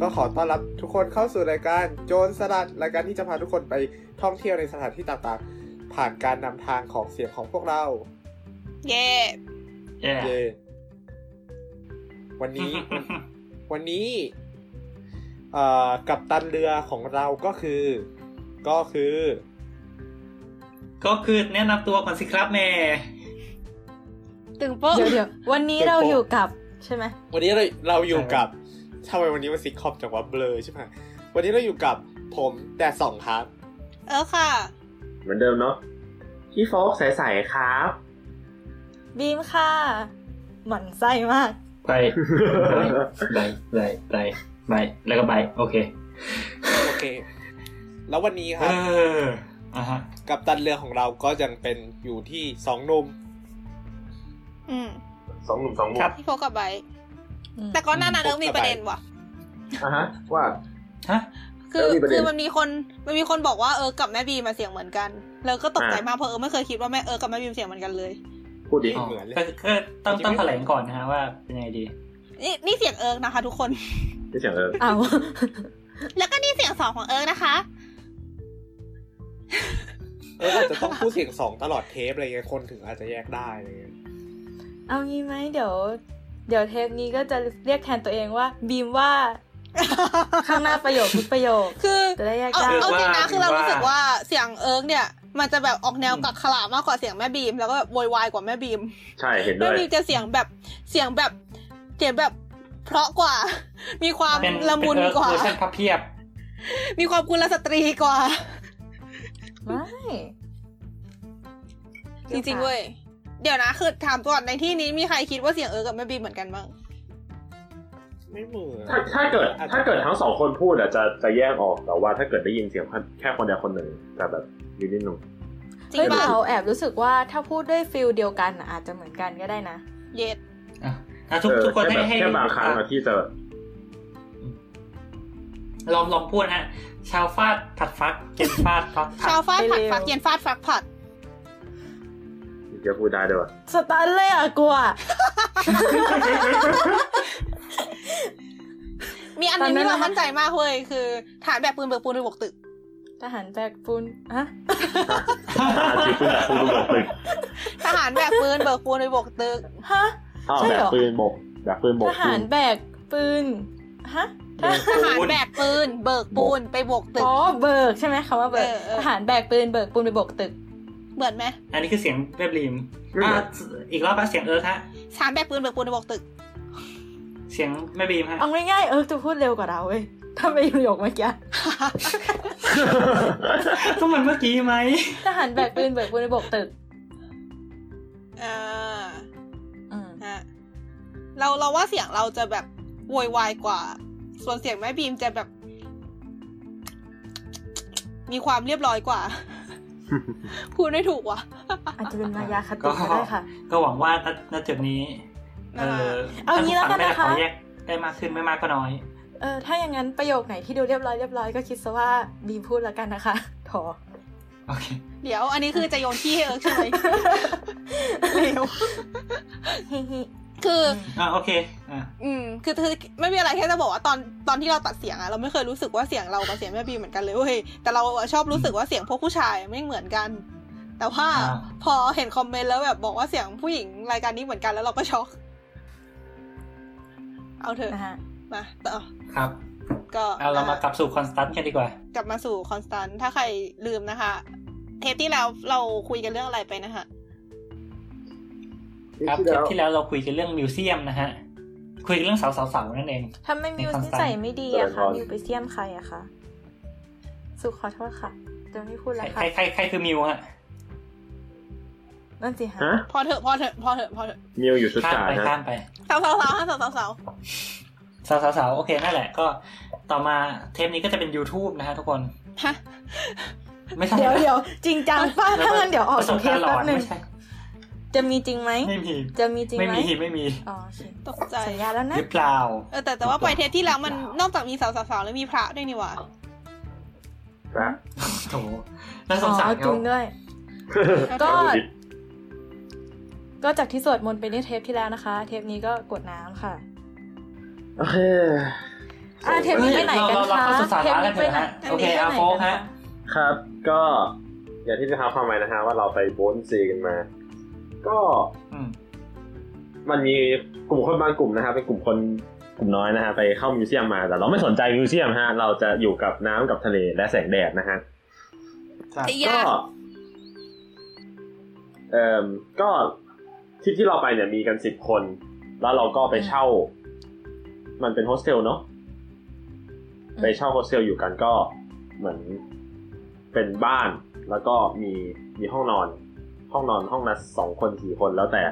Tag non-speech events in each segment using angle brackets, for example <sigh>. ต้อนรับทุกคนเข้าสู่รายการโจรสลัดรายการที่จะพาทุกคนไปท่องเที่ยวในสถานที่ต่างๆ ผ่านการนำทางของเสียงของพวกเรา เย่ แย่ <laughs> เย่วัน <laughs> นี้ วันนี้เอ่อกับตันเรือของเราก็คือ ก็คือ ก็คือแนะนำตัวก่อนสิครับแม่ ตึงโป๊ะ เดี๋ยวเดี๋ยววันนี้ เดี๋ยว เรา โป๊ะ อยู่กับใช่ไหม วันนี้เราเราอยู่กับทำไมวันนี้มันซิกคอมจังวะเบลอใช่ไหมวันนี้เราอยู่กับผมแต่สองครับ เออค่ะ เหมือนเดิมเนาะพี่โฟกใสๆครับ บีมค่ะหมั่นไส้มาก ไป ไปไปไปไปแล้วก็ไป โอเค โอเค แล้ววันนี้ค เอ รับ ออ่ะฮะ กับตันเรือของเราก็ยังเป็นอยู่ที่สองหนุ่ม อืม สองหนุ่มสองมุม ครับ พี่โฟกับไบร์ท อืม แต่ก็น่าหนาเริ่มมีประเด็นว่ะ อ่ะฮะ ว่า ฮะ คือ แล้วมีประเด็น คือมันมีคนมันมีคนบอกว่าเออกับแม่บีมาเสียงเหมือนกัน แล้วก็ตกใจ อ่าม มากเพราะเออไม่เคยคิดว่าแม่เออกับแม่บีมเสียงเหมือนกันเลย พูดดิ อ๋อก็ก็ต้องต้องแถลงก่อนนะฮะว่าเป็นยังไงดี นี่นี่เสียงเอิร์กนะคะ ทุกคน ไม่เสียงเออ เอา <laughs> แล้วก็นี่เสียงสองของเอิร์กนะคะ <laughs> เอออาจจะต้องพูดเสียงสองตลอดเทปอะไรเงี้ยคนถึงอาจจะแยกได้อะไรเงี้ย เอางี้ไหมเดี๋ยว เดี๋ยวเทปนี้ก็จะเรียกแทนตัวเองว่า บีมว่าข้างหน้าประโยคทุกประโยค คือ จะได้แยก เอา ได้ เอาจริงนะคือเรา ว่า รู้สึกว่าเสียงเอิร์กเนี่ย มันจะแบบออกแนวกักขลามากกว่าเสียงแม่บีม แล้วก็แบบโวยวายกว่าแม่บีม ใช่เห็นด้ แม่ วย บีมจะเสียงแบบเสียงแบบเสียงแบบเพราะกว่า <laughs> มีความ เป็น ละมุน เป็นเอิร์ กว่า เวอร์ชันพับเพียบ มีความกุลสตรีกว่า ไม่ จริงๆเว้ย เดี๋ยวนะคือถามก่อนในที่นี้มีใครคิดว่าเสียงเอิร์กกับแม่บีมเหมือนกันบ้าง ไม่เหมือน ถ้าถ้าเกิด ถ้าเกิดทั้งสองคนพูดอะจะจะแยกออกแต่ว่าถ้าเกิดได้ยินเสียงแค่คนใดคนหนึ่งจะแบบนิดนิดหนึ่ง จริง เฮ้ย เปล่า เราแอบรู้สึกว่าถ้าพูดด้วยฟิลเดียวกันน่ะอาจจะเหมือนกันก็ได้นะ เย็ด อ่ะอ่ะทุก เออ ทุกคน แค่ ให้ แบบ ให้ แค่บางครั้งอะที่จะแบบ ลองลองพูดนะฮะ ชาวฟาดผัดฟักเก็นฟาดฟักผัด ชาวฟาดผัด เร็ว ฟักเย็นฟาดฟักผัด เดี๋ยวพูดได้ด้วยวะ สตันเลยอ่ะกลัว มีอันหนึง ตอนนั้ที่นเรา นะคะ มั่นใจมากเว้ยคือฐานแบบปืนเบิกปูนไปบกตึก ทหารแบกปูนฮะ อาชีพปืนแบบปืนบกตึก ทหารแบบปืนเบิกปูนไปบกตึก ฮะ อ้าว ใช่ แบ เห บ รอ ปืนบกแบบปืนบ ท ก หารแบกปืนฮะ ทหารแบ <laughs> กปืนเบิกปูนไปบกตึก อ๋อเบิกใช่ไหมคำว่าเบิก เออเออ ทหารแบกปืนเบิกปูนไปโบกตึก เหมือนไหม อันนี้คือเสียงเรียบริมอ่ะอีกรอบปะเสียงเอิร์ธฮะ ฐานแบบปืนเบิกปูนไปบกตึก เสียงแม่บีมฮะ เอา <laughs> ง่ายๆเออจะพูดเร็วกว่าเราเว้ยถ้าไม่ประโยคเมื่อ <laughs> กี้ ก็เหมือนเมื่อกี้ไหม ทหารแบกปืนเบิกปูนไปโบกตึก เออ อืม ฮะเราเราว่าเสียงเราจะแบบโวยวายกว่า ส่วนเสียงแม่บีมจะแบบ มีความเรียบร้อยกว่า <laughs> พูดไม่ถูกว่ะ อาจจะเป็นมายาคติ ก็ ก็ได้ค่ะ ก็หวังว่าณณจุดนี้เออ เอางี้แล้วกัน ท่า นะ ผู้ คะ ฟังได้รับวามแยกได้มากขึ้นไม่มากก็น้อย เออถ้าอย่างนั้นประโยคไหนที่ดูเรียบร้อยเรียบร้อยก็คิดซะว่าบีมพูดแล้วกันนะคะถอ โอเค เดี๋ยว อันนี้คือจะโยนที่ให้เอิร์กใช่ไหม เร็ว ฮิฮิ คือ อ่ะโอเค อ่ะ อืม คือคือไม่มีอะไรแค่จะบอกว่าตอนตอนที่เราตัดเสียงอะเราไม่เคยรู้สึกว่าเสียงเรากับเสียงแม่บีเหมือนกันเลยเว้ยแต่เราอะชอบรู้สึกว่าเสียงพวกผู้ชายไม่เหมือนกัน แต่ว่า อ่า พอเห็นคอมเมนต์แล้วแบบบอกว่าเสียงผู้หญิงรายการนี้เหมือนกันแล้วเราก็ช็อก เอาเถอะ นะฮะ มาต่อ ครับ ก็ เอาเรามากลับสู่คอนสแตันกันดีกว่า กลับมาสู่คอนสแตนถ้าใครลืมนะคะ เทปที่แล้วเราคุยกันเรื่องอะไรไปนะคะ ครับเทปที่แล้วเราคุยกันเรื่องมิวเซียมนะฮะ คุยเรื่องเสาเสาเสานั่นเอง ทำไมมิวส์นิสัยไม่ดีอะคะมิวไปเสี่ยมใครอะคะสุขขอโทษค่ะจะไม่พูด ใคร แล้ว ใค ค่ะ รใครใครคือมิวฮะ นั่นสิฮะ ฮะ พอเถอะพอเถอะพอเถอะพอเถอะ มิวอยู่ชุด ข้าม จ่า ไป นะ ข้ามไป สาวสาวสาวห้าสาวสาวสาว เสาเสาเสาโอเคนั่นแหละก็ ต่อมาเทปนี้ก็จะเป็น YouTube นะฮะทุกคน ฮะ ไม่ใช่ เดี๋ยวเดี๋ยวจริงจังป้าถ้างั้นเดี๋ยวออก ประส จา บ กเท การ ป ณ์หลอ แป๊บ น หนึง ไม่ใช่ จะมีจริงไหม ไม่มี จะมีจริง ไม่ ไหม มีไม่มี อ๋อโอเค ตกใจ สัญญาแล้วนะ หรือเปล่า เออแต่แต่ว่าไปเทปที่แล้วมัน ว้าว นอกจากมีสาวสาวๆแล้วมีพระด้วยนี่หว่า ครับ โถน่าสงสาร อ๋อจ เขา ริงด้วย ก็ ก็จากที่สวดมนต์ไปในเทปที่แล้วนะคะ เทปนี้ก็กรวดน้ำค่ะ โอเค อ่ะเทปนี้ไปไหนกัน เรา คะ เราเข้าสู่สา เท ระ ป กั นี้ น ไป เถอะ ไหน ฮะโอเคอาโฟกฮะ ครับ ก็อย่างที่พี่ท้าวความไว้นะฮะว่าเราไปโบนซีกันมา ก็ อืม มันมีกลุ่มคนบางกลุ่มนะฮะเป็นกลุ่มคนกลุ่มน้อยนะฮะไปเข้ามิวเซียมมาแต่เราไม่สนใจมิวเซียมฮะเราจะอยู่กับน้ำกับทะเลและแสงแดดนะฮะ ครับ ไอ้ ก็ ยา เอ่อก็ทริปที่เราไปเนี่ยมีกันสิบคน แล้วเราก็ไปเช่า มันเป็นโฮสเทลเนาะไปเช่าโฮสเทลอยู่กันก็เหมือนเป็นบ้าน แล้วก็มีมีห้องนอน ห้องนอนห้องละสองคนสี่คนแล้วแต่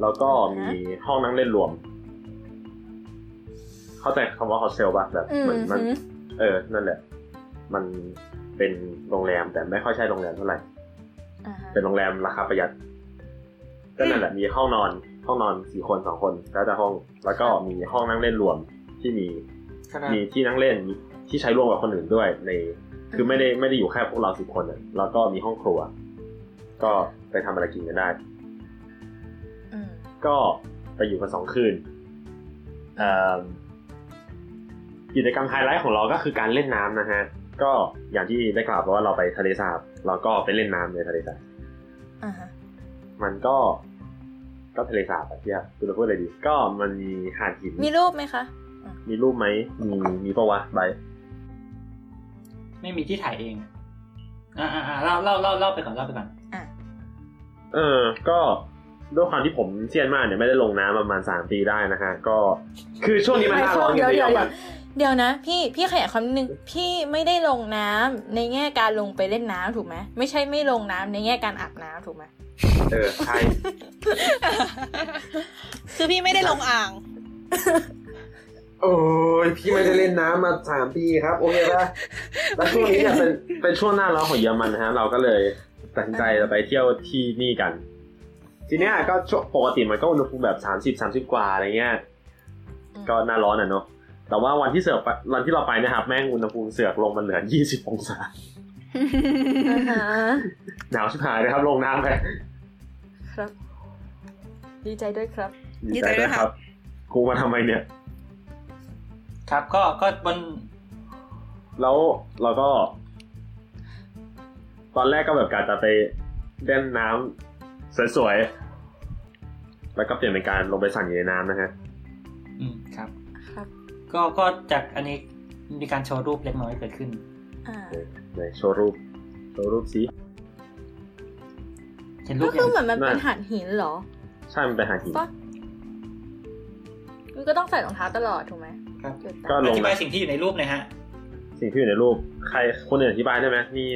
แล้วก็มีห้องนั่งเล่นรวม เข้าใจคำว่าโฮสเทลป่ะแบบ อื เหมือนมัน ม เออ นั่นแหละ มันเป็นโรงแรมแต่ไม่ค่อยใช่โรงแรมเท่าไหร่ อ่าฮะ เป็นโรงแรมราคาประหยัด ก็นั่นแหละ มีห้องนอน ห้องนอนสี่คนสองคนแล้วแต่ห้อง แล้วก็มีห้องนั่งเล่นรวมที่มี ขนาด มีที่นั่งเล่นมีที่ใช้ร่วมกับคนอื่นด้วย ใน คือไม่ได้ไม่ได้อยู่แค่พวกเราสิบคนอะแล้วก็มีห้องครัว ก็ไปทำอะไรกินกันได้ อืม ก็ไปอยู่กันสองคืนเอิ่มกิจกรรมไฮไลท์ของเราก็คือการเล่นน้ำนะฮะ ก็อย่างที่ได้กล่าวไปว่าเราไปทะเลสาบเราก็ไปเล่นน้ำในทะเลสาบ อ่าฮะ มันก็ ก็ทะเลสาบอะเที่ยคุณจะพูดอะไรดี ก็มันมีหาดหิน มีรูปไหมคะ มีรูปไหม มีมีปะวะใบ ไม่มีที่ถ่ายเอง อ่าอ่าอ่าเล่าเล่าเล่าเล่าไปก่อนเล่าไปก่อน เออ ก็ด้วยความที่ผมเซียนมากเนี่ยไม่ได้ลงน้ำประมาณสามปีได้นะฮะ ก็ คือช่วงนี้มันหน้าร้อน เดี๋ยว จริ เดี๋ยว งๆ เดี๋ยวนมัเดี๋ยวนะ พี่พี่ขยายความนิดนึงพี่ไม่ได้ลงน้ำในแง่การลงไปเล่นน้ำถูกไหมไม่ใช่ไม่ลงน้ำในแง่การอาบน้ำถูกไหม เออ ใช่ คือพี่ไม่ได้ลงอ่าง โอ้ยพี่ไม่ได้เล่นน้ำมาสามปีครับ โอเคป่ะแล้วช่วงนี้เนี่ยเป็นเป็นช่วงหน้าร้อนของเยอรมันนะฮะ เราก็เลยตัดสินใจจะไปเที่ยวที่นี่กัน ทีเนี้ยก็ช่วงปกติมันก็อุณหภูมิแบบสามสิบสามสิบกว่าอะไรเงี้ยก็หน้าร้อนอ่ะเนาะแต่ว่าวันที่เสือกไปวันที่เราไปนะครับ แม่งอุณหภูมิเสือกลงมาเหลือยี่สิบองศา อ่าฮะ หนาวชิบหายเลยครับลงน้ำไป ครับ ดีใจด้วยครับ ดีใจด้วยครับ กูมาทำไมเนี่ย ครับ ก็ก็บน แล้วเราก็ ตอนแรกก็แบบการจะไปเล่นน้ำสวยๆ แล้วก็เปลี่ยนเป็นการลงไปสั่นอยู่ในน้ำนะฮะ อืมครับ ครับ ก็ก็จากอันนี้มีการโชว์รูปเล็กน้อยเกิดขึ้น อ่า ในโชว์รูป โชว์รูปสิ เห็นรู ก็ ป คื ยั อง เหมือนมันเป็นหาดหินเหรอ ใช่มันไปหาหิน ปะมันก็ต้องใส่รองเท้าตลอดถูกไหม ครับ เดี๋ยว ก็ ตาม ล อง ธิ มา บายสิ่งที่อยู่ในรูปหนะฮะ สิ่งที่อยู่ในรูป ใครคนอื่นอธิบายได้ไหมนี่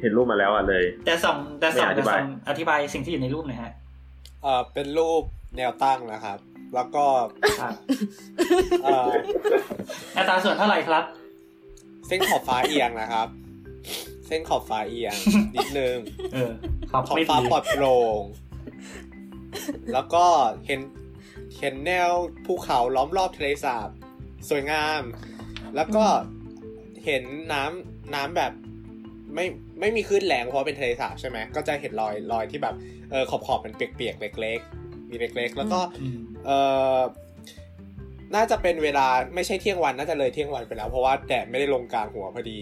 เห็นรูปมาแล้วอ่ะเลย แต่ส่องแต่ส่อง ไม่อธิ แต่ส่บายองอธิบายสิ่งที่อยู่ในรูปหนะฮะ เอ่อเป็นรูปแนวตั้งนะครับ แล้วก็ ครับ เอ่อ อัตราส่วนเท่าไหร่ครับ เส้นขอบฟ้าเอียงนะครับ เส้นขอบฟ้าเอียงนิดนึง เออ ขอบ ขอบ ไม่ ฟ้า ดี ปลอดโปร่ <laughs> ง แล้วก็เห็นเห็นแนวภูเขาล้อมรอบทะเลสาบ สวยงาม แล้วก็เห็นน้ำน้ำแบบไม่ไม่มีคลื่นแรงเพราะเป็นทะเลสาบใช่ไหม ก็จะเห็นรอยรอยที่แบบเออขอบขอบๆเป็นเปียกๆเล็ก ๆ มีเล็กๆ แล้วก็ อืม เอ่อ น่าจะเป็นเวลาไม่ใช่เที่ยงวัน น่าจะเลยเที่ยงวันไปแล้ว เพราะว่าแดดไม่ได้ลงกลางหัวพอดี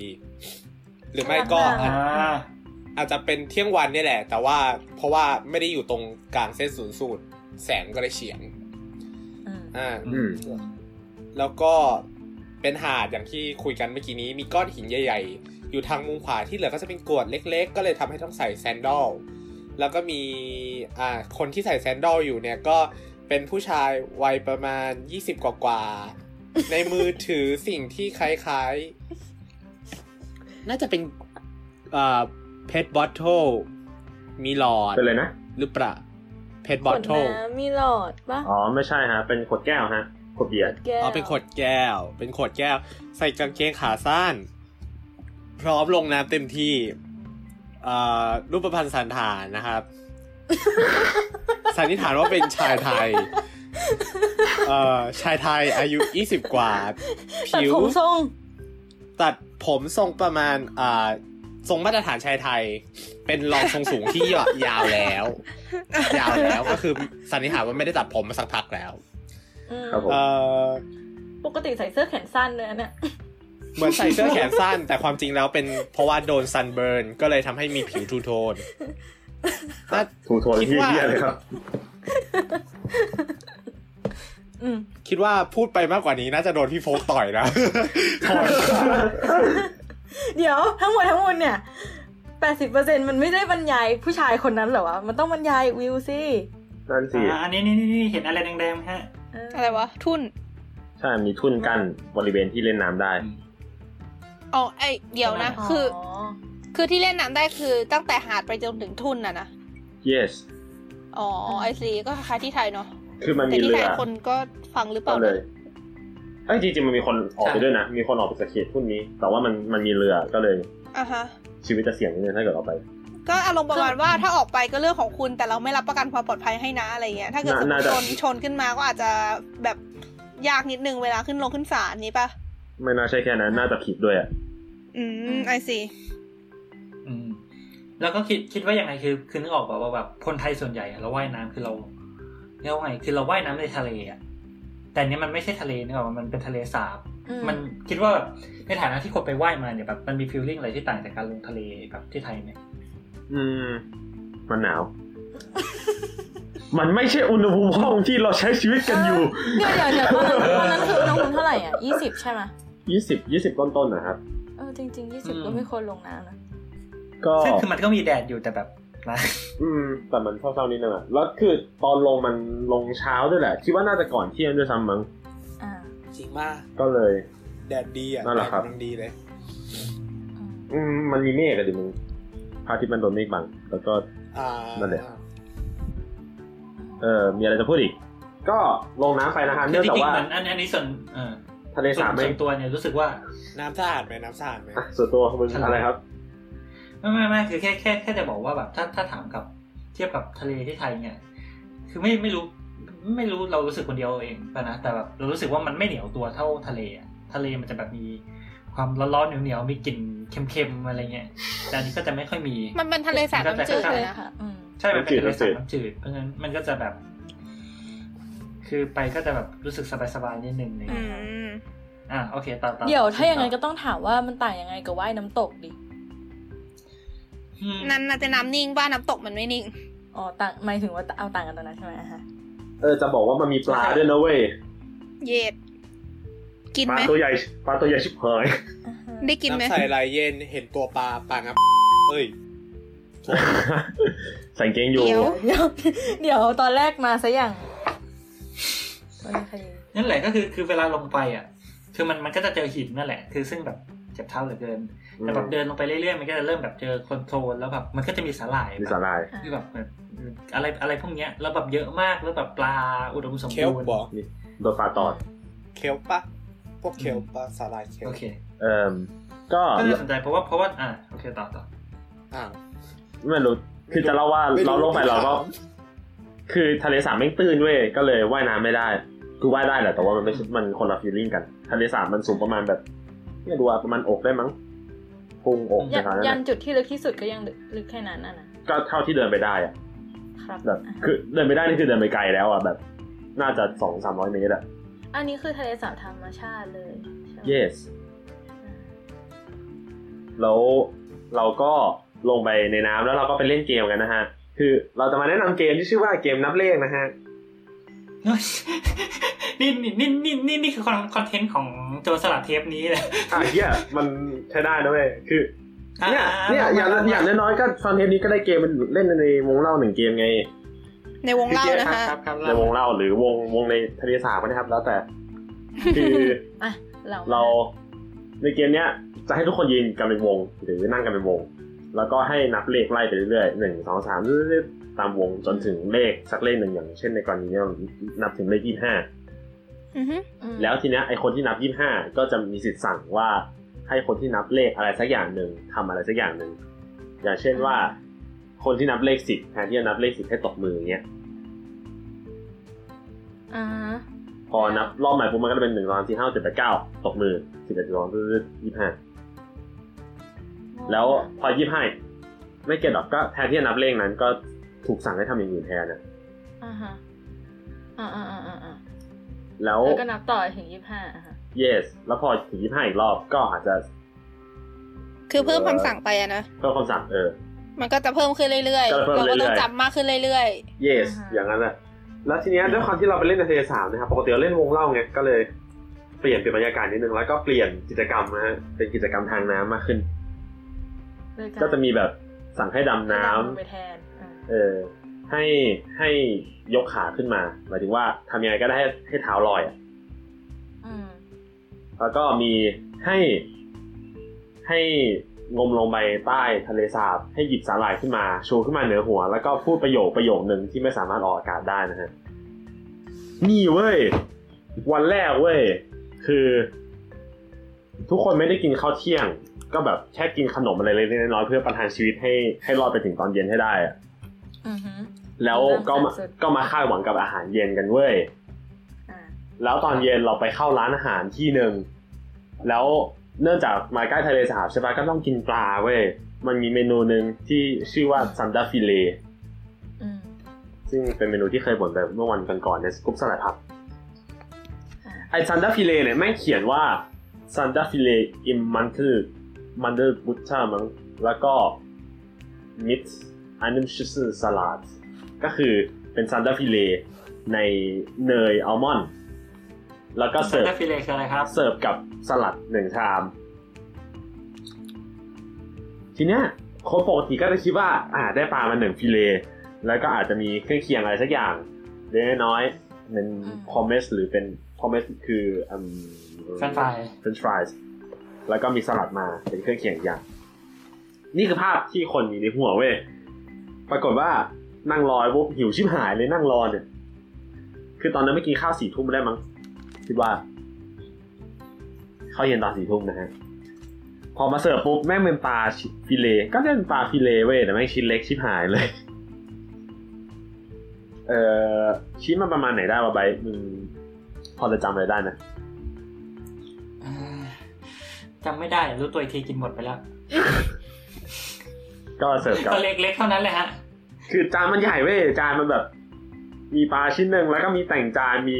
หรือไม่ก็อาจอ่าอาจจะเป็นเที่ยงวันเนี่ยแหละ แต่ว่าเพราะว่าไม่ได้อยู่ตรงกลางเส้นศูนย์สูตร แสงก็เลยเฉียง อืม อ่า อืม แล้วก็เป็นหาดอย่างที่คุยกันเมื่อกี้นี้ มีก้อนหินใหญ่ ๆ อยู่ทางมุมขวาที่เหลือก็จะเป็นกรวดเล็ก ๆ ก็เลยทำให้ต้องใส่แซนดอลแล้วก็มีอ่าคนที่ใส่แซนดอลอยู่เนี่ยก็เป็นผู้ชายวัยประมาณ 20 กว่าๆ ในมือถือสิ่งที่คล้ายๆ น่าจะเป็นอ่าเพชรบอทโทมีหลอด เป็นเลยนะ หรือเปล่าเพชร ข บอ ว ท ด โท น้ำมีหลอดปะ อ๋อไม่ใช่ฮะ เป็นขวดแก้วฮะขวดเบียร์ แก้ว อ๋อเป็นขวดแก้ว เป็นขวดแก้ว ใส่กางเกงขาสั้น พร้อมลงน้ำเต็มที่เอ่อรูปพันธ์สันฐานนะครับ สันนิษฐานว่าเป็นชายไทยเอ่อชายไทยอายุ 20 กว่า ตัด ผิว ผมทรง ตัดผมทรงประมาณอ่าทรงมาตรฐานชายไทย เป็นรองทรงสูงที่ยาวแล้ว ยาวแล้วก็คือสันนิษฐานว่าไม่ได้ตัดผมมาสักพักแล้ว อืม ครับผม เอ่อ ปกติใส่เสื้อแขนสั้นเลยอันเนี่ย เหมือนใส่เสื้อแขนสั้น แต่ความจริงแล้วเป็นเพราะว่าโดนซันเบิร์นก็เลยทำให้มีผิวทูโทนน่า ถูกโทน คิด ที่ ว่า เหี้ยเลยครับ อืม คิดว่าพูดไปมากกว่านี้น่าจะโดนพี่โฟกต่อยนะ เดี๋ยวทั้งหมดทั้งมวลเนี่ยแปดสิบเปอร์เซ็นมันไม่ได้บรรยายผู้ชายคนนั้นเหรอวะ มันต้องบรรยายวิวสิ นั่นสิ อ่าอันนี้นี่นี่นี่เห็นอะไรแดงๆไหมฮะ เออ อะไรวะ ทุ่น ใช่ มีทุ่นกั้นบริเวณที่เล่นน้ำได้ อ๋อไอเดี๋ยวนะ คือ อ คือที่เล่นน้ำได้คือตั้งแต่หาดไปจนถึงทุ่นน่ะนะ yes อ๋อไอซีก็คล้ายๆที่ไทยเนาะ คือมัน แต่ มี ที่ เรื ไทย อ คนก็ฟังหรือเปล่า เอาเล นะ ยเอ้ยจริงๆ มันมีคนออกไป ใช่ ด้วยนะ มีคนออกไปจากเขตทุ่นนี้ แต่ว่ามันมันมีเรือก็เลย อ่ะฮะ ชีวิตจะเสี่ยงนิดนึงถ้าเกิดเราไป ก็อารมณ์ประมาณว่าถ้าออกไปก็เรื่องของคุณแต่เราไม่รับประกันความปลอดภัยให้นะอะไรเงี้ย ถ้าเกิดสมม น่า ติ จะ ชนชนขึ้นมาก็อาจจะแบบยากนิดนึงเวลาขึ้นลงขึ้นศาลนี้ปะ ไม่น่าใช่แค่นั้น น่าจะผิดด้วยอะ อืมไอซี อืมแล้วก็คิดคิดว่าอย่างไงคือคือนึกออกแบบว่าแบบคนไทยส่วนใหญ่อะเราว่ายน้ำคือเราเรียกว่าไงคือเราว่ายน้ำในทะเลอะแต่อันเนี้ยมันไม่ใช่ทะเลนึกออกปะมันเป็นทะเลสาบ อื มันคิดว่าแบบในฐานะที่คนไปว่ายมาเนี่ยแบบมันมีฟีลลิ่งอะไรที่ต่างจากการลงทะเลแบบที่ไทยไหม อืม มันหนาว มันไม่ใช่อุณหภูมิห้องที่เราใช้ชีวิตกันอยู่ <laughs> เดี๋ยวเดี๋ยวเดี๋ยวตอนนั้นตอนนั้นคืออุณหภูมิเท่าไหร่อ่ะยี่สิบใช่ไหม ยี่สิบยี่สิบต้นๆนะครับ เออจริงๆยี่สิบก็ไม่ควรลงน้ำนะ ก็ ซึ่งคือมันก็มีแดดอยู่แต่แบบนะ อืม แต่มันเศร้าๆนิดนึงอะแล้วคือตอนลงมันลงเช้าด้วยแหละ คิดว่าน่าจะก่อนเที่ยงด้วยซ้ำมั้ง อ่า จริงมาก ก็เลย แดดดีอ่ะ นั่นแหละครับ ดดกำลังดีเลย อืม อืมมันมีเมฆอะดิมึงพระอาทิตย์มันโดนเมฆบัง แล้วก็ อ่า นั่นแหละ เออมีอะไรจะพูดอีก ก็ลงน้ำไปนะครับ คื เนื่ อ อจงจาก ริง ว่า ๆมันอันอันนี้ส่วนเออ ทะเล ส่ว สาบ น ไม่ ส่วนตัวเนี่ยรู้สึกว่า น้ำสะอาดไหมน้ำสะอาดไหม อ่ะส่วนตัวมึง ใช่ อะไรครับ ไม่ไม่ไม่คือแค่แค่แค่จะบอกว่าแบบถ้าถ้าถามกับเทียบกับทะเลที่ไทยเนี่ย คือไม่ไม่รู้ไม่รู้เรารู้สึกคนเดียวเองปะนะแต่แบบเรารู้สึกว่ามันไม่เหนียวตัวเท่าทะเลอะทะเลมันจะแบบมีความร้อนๆเหนียวๆมีกลิ่นเค็มๆอะไรเงี้ยแต่อันนี้ก็จะไม่ค่อยมี มันเป็นทะเลสาบน้ำจืดเลยนะคะ อืม ใช่ มันเป็นทะเลสาบ น้ำน้ำจืดจืด เพราะฉะนั้นมันก็จะแบบ คือไปก็จะแบบรู้สึกสบายๆนิดนึงเนี่ย อืม อ่ะโอเคต่อต่อ เดี๋ยวถ้าอย่างนั้นก็ต้องถามว่ามันต่างยังไงกับว่ายน้ำตกดิ อืม นั่นน่าจะน้ำนิ่งป่ะน้ำตกมันไม่นิ่ง อ๋อต่างหมายถึงว่าเอาต่างกันตรงนั้นใช่ไหมอ่ะฮะ เออจะบอกว่ามันมีปลาด้วยนะเว้ย เย็ดกิน ปลา ไหม ตัวใหญ่ปลาตัวใหญ่ชิบหาย อ่าฮะ ได้กินไหม น้ำใสลายเย็นเห็นตัวปลาปลางับเอ้ย ใส่กางเกงอยู่ เดี๋ยว เดี๋ยวเดี๋ยวตอนแรกมาซะอย่างมันมีคดี นั่นแหละก็คือคือเวลาลงไปอ่ะ คือมันมันก็จะเจอหินนั่นแหละ คือซึ่งแบบเจ็บเท้าเหลือเกิน แต่แบบเดินลงไปเรื่อยๆ มันก็จะเริ่มแบบเจอคนโทนแล้วแบบมันก็จะมีสาหร่าย มี แบ สา บ ลาย ที่แบบเหมือนอะไรอะไรพวกเนี้ย แล้วแบบเยอะมากแล้วแบบปลาอุดมสม เคลป์บูรณ์ บอก โดนปลาตอด เคลป์ปะพวกเคลป์ปะสาลายเคล โอ ป์ เค เอ่มก็ ก็น่าสนใจเพราะว่าเพราะว่าอ่ะโอเคต่อต่ <laughs> อ อ่าว ไม่รู้คือจะเล่าว่า ไม่รู้ เราลงไปเราก็ ถาม คือทะเลสาบแม่งตื้นเว้ยก็เลยว่ายน้ำไม่ได้คือว่ายได้แหละแต่ว่ามันไม่ใช่มันคนละฟีลลิ่งกัน ทะเลสาบมันสูงประมาณแบบไม่รู้อะประมาณอกได้มั้งพุงอก ยั นะ น ครั ยั บ นจุดที่ลึกที่สุดก็ยังลึกลึกแค่นั้นน่ะนะ ก็เท่าที่เดินไปได้อะ ครับ แบบ อ่ะฮะ คือเดินไม่ได้นี่คือเดินไปไกลแล้วอ่ะแบบ น่าจะสองสามร้อยเมตรอ่ะ อันนี้คือทะเลสาบธรรมชาติเลยใช่ไหม yes แล้วเราก็ลงไปในน้ำแล้วเราก็ไปเล่นเกมกันนะฮะ คือเราจะมาแนะนำเกมที่ชื่อว่าเกมนับเลขนะฮะ นี่นี่นี่นี่นี่นี่คือคอนคอนเทนต์ของโจรสลัดเทปนี้เลย อ่ะเฮียมันใช้ได้นะเว้ยคือเนี่ย อ่า เนี่ยอย่าง ม อย่างน้อยๆก็ฟังเทปนี้ก็ได้เกมเล่นในวงเล่าหนึ่งเกมไง ในวงเล่านะ ค คะ รับครับ ในวงเล่าหรือวงวงในทะเลสาบนะครับ แล้วแต่ คือ อ่ะเรา เราในเกมเนี้ยจะให้ทุกคนยืนกันเป็นวง หรือนั่งกันเป็นวง แล้วก็ให้นับเลขไล่ไปเรื่อยๆหนึ่งสองสามเรื่อยๆตามวงจนถึงเลขสักเลขหนึ่งอย่างเช่นในกรณีเนี้ยนับถึงเลขยี่ห้า อือฮึ อืม แล้วทีเนี้ยไอคนที่นับยี่ห้าก็จะมีสิทธิ์สั่งว่าให้คนที่นับเลขอะไรสักอย่างหนึ่งทำอะไรสักอย่างหนึ่งอย่างเช่นว่า คนที่นับเลขสิบแทนที่จะนับเลขสิบให้ตบมืออย่างเงี้ย อ่าฮะ พอนับรอบใหม่ปุ๊บมันก็จะเป็นหนึ่งสองสามสี่ห้าหกเจ็ดแปดเก้าตบมือสิบเอ็ดสิบสองยี่ห้า แล้วพอยี่ห้าไม่เก็ตหรอกก็แทนที่จะนับเลขนั้นก็ถูกสั่งให้ทำอย่างอื่นแทนนะ อ่าฮะอ่าอ่าอ่าอ่า แล้ว แล้วก็นับต่อถึงยี่สิบห้าอ่ะฮะ yes แล้วพอถึงยี่ห้าอีกรอบก็อาจจะ คือเพิ่มคำสั่งไปอะนะ เพิ่มคำสั่งเออ มันก็จะเพิ่มขึ้นเรื่อย ก็จะเพิ่ ๆ ม เราก็ต้อง เรื่อยๆ จับมากขึ้นเรื่อย yes อ่าฮะ อย่างนั้นแหละแล้วทีเนี้ยด้วยความที่เราไปเล่นในทะเลสาบนะครับปกติเราเล่นวงเล่าไงก็เลยเปลี่ยนเป็นบรรยากาศนิดนึงแล้วก็เปลี่ยนกิจกรรมนะฮะเป็นกิจกรรมทางน้ำมากขึ้น ด้วยาร ก็จะมีแบบสั่งให้ดำน้ำ ดำลงไปแทนอ่า เออให้ให้ยกขาขึ้นมาหมายถึงว่าทำยังไงก็ได้ให้ให้เท้าลอยอะ อืม แล้วก็มีให้ให้งมลงไปใต้ทะเลสาบ ให้หยิบสาหร่ายขึ้นมาชูขึ้นมาเหนือหัว แล้วก็พูดประโยคประโยคหนึ่งที่ไม่สามารถออกอากาศได้นะฮะนี่เว้ย วันแรกเว้ย คือ ทุกคนไม่ได้กินข้าวเที่ยง ก็แบบแค่กินขนมอะไรเล็กๆน้อยๆเพื่อประทังชีวิตให้ให้รอดไปถึงตอนเย็นให้ได้อะ อือหือ แล้วก็มา เริ่มจากจุด ก็มาคาดหวังกับอาหารเย็นกันเว้ย อ่า แล้วตอนเย็นเราไปเข้าร้านอาหารที่หนึ่ง แล้วเนื่องจากมาใกล้ทะเลสาบใช่ปะก็ต้องกินปลาเว้ย มันมีเมนูหนึ่งที่ชื่อว่าซันดาฟิเล อืม ซึ่งเป็นเมนูที่เคยบ่นไปเมื่อวันก่อนๆในสกุปสลัดผัก อ่า ไอซันดาฟิเลเนี่ยแม่งเขียนว่าซันดาฟิเลอิมมันคือมันเดอร์บุชชามั้งแล้วก็มิทอันนิมชิสสลัดก็คือเป็นซันดาฟิเลในเนยอัลมอนด์แล้วก็เสิร์ฟ ฟิเลคืออะไรครับ เสิร์ฟกับสลัดหนึ่งชาม ทีเนี้ยคนปกติก็จะคิดว่า อ่าได้ปลามาหนึ่งฟิเลแล้วก็อาจจะมีเครื่องเคียงอะไรสักอย่างเล็กน้อยๆเป็นคอมเมสหรือเป็นคอมเมสคืออืม แฟนไฟราย เฟรนช์ฟรายส์แล้วก็มีสลัดมาเป็นเครื่องเคียงอีกอย่าง นี่คือภาพที่คนมีในหัวเว้ย ปรากฏว่านั่งรอไอ้ปุ๊บหิวชิบหายเลยนั่งรอเนี่ย คือตอนนั้นไม่กินข้าวสี่ทุ่มได้มั้งคิดว่าข้าวเย็นตอนสี่ทุ่มนะฮะ พอมาเสิร์ฟปุ๊บแม่งเป็นปลาฟิเลต์ก็เล่นปลาฟิเลต์เว้ยแต่แม่งชิ้นเล็กชิบหายเลย เออชิ้นมันประมาณไหนได้วะไบร์ทมึงพอจะจำอะไรได้นะ อ่าจำไม่ได้รู้ตัวอีกทีกินหมดไปแล้ว ก็เสิร์ฟกับ ก็เล็กๆเท่านั้นเลยฮะ คือจานมันใหญ่เว้ยจานมันแบบ มีปลาชิ้นหนึ่งแล้วก็มีแต่งจานมี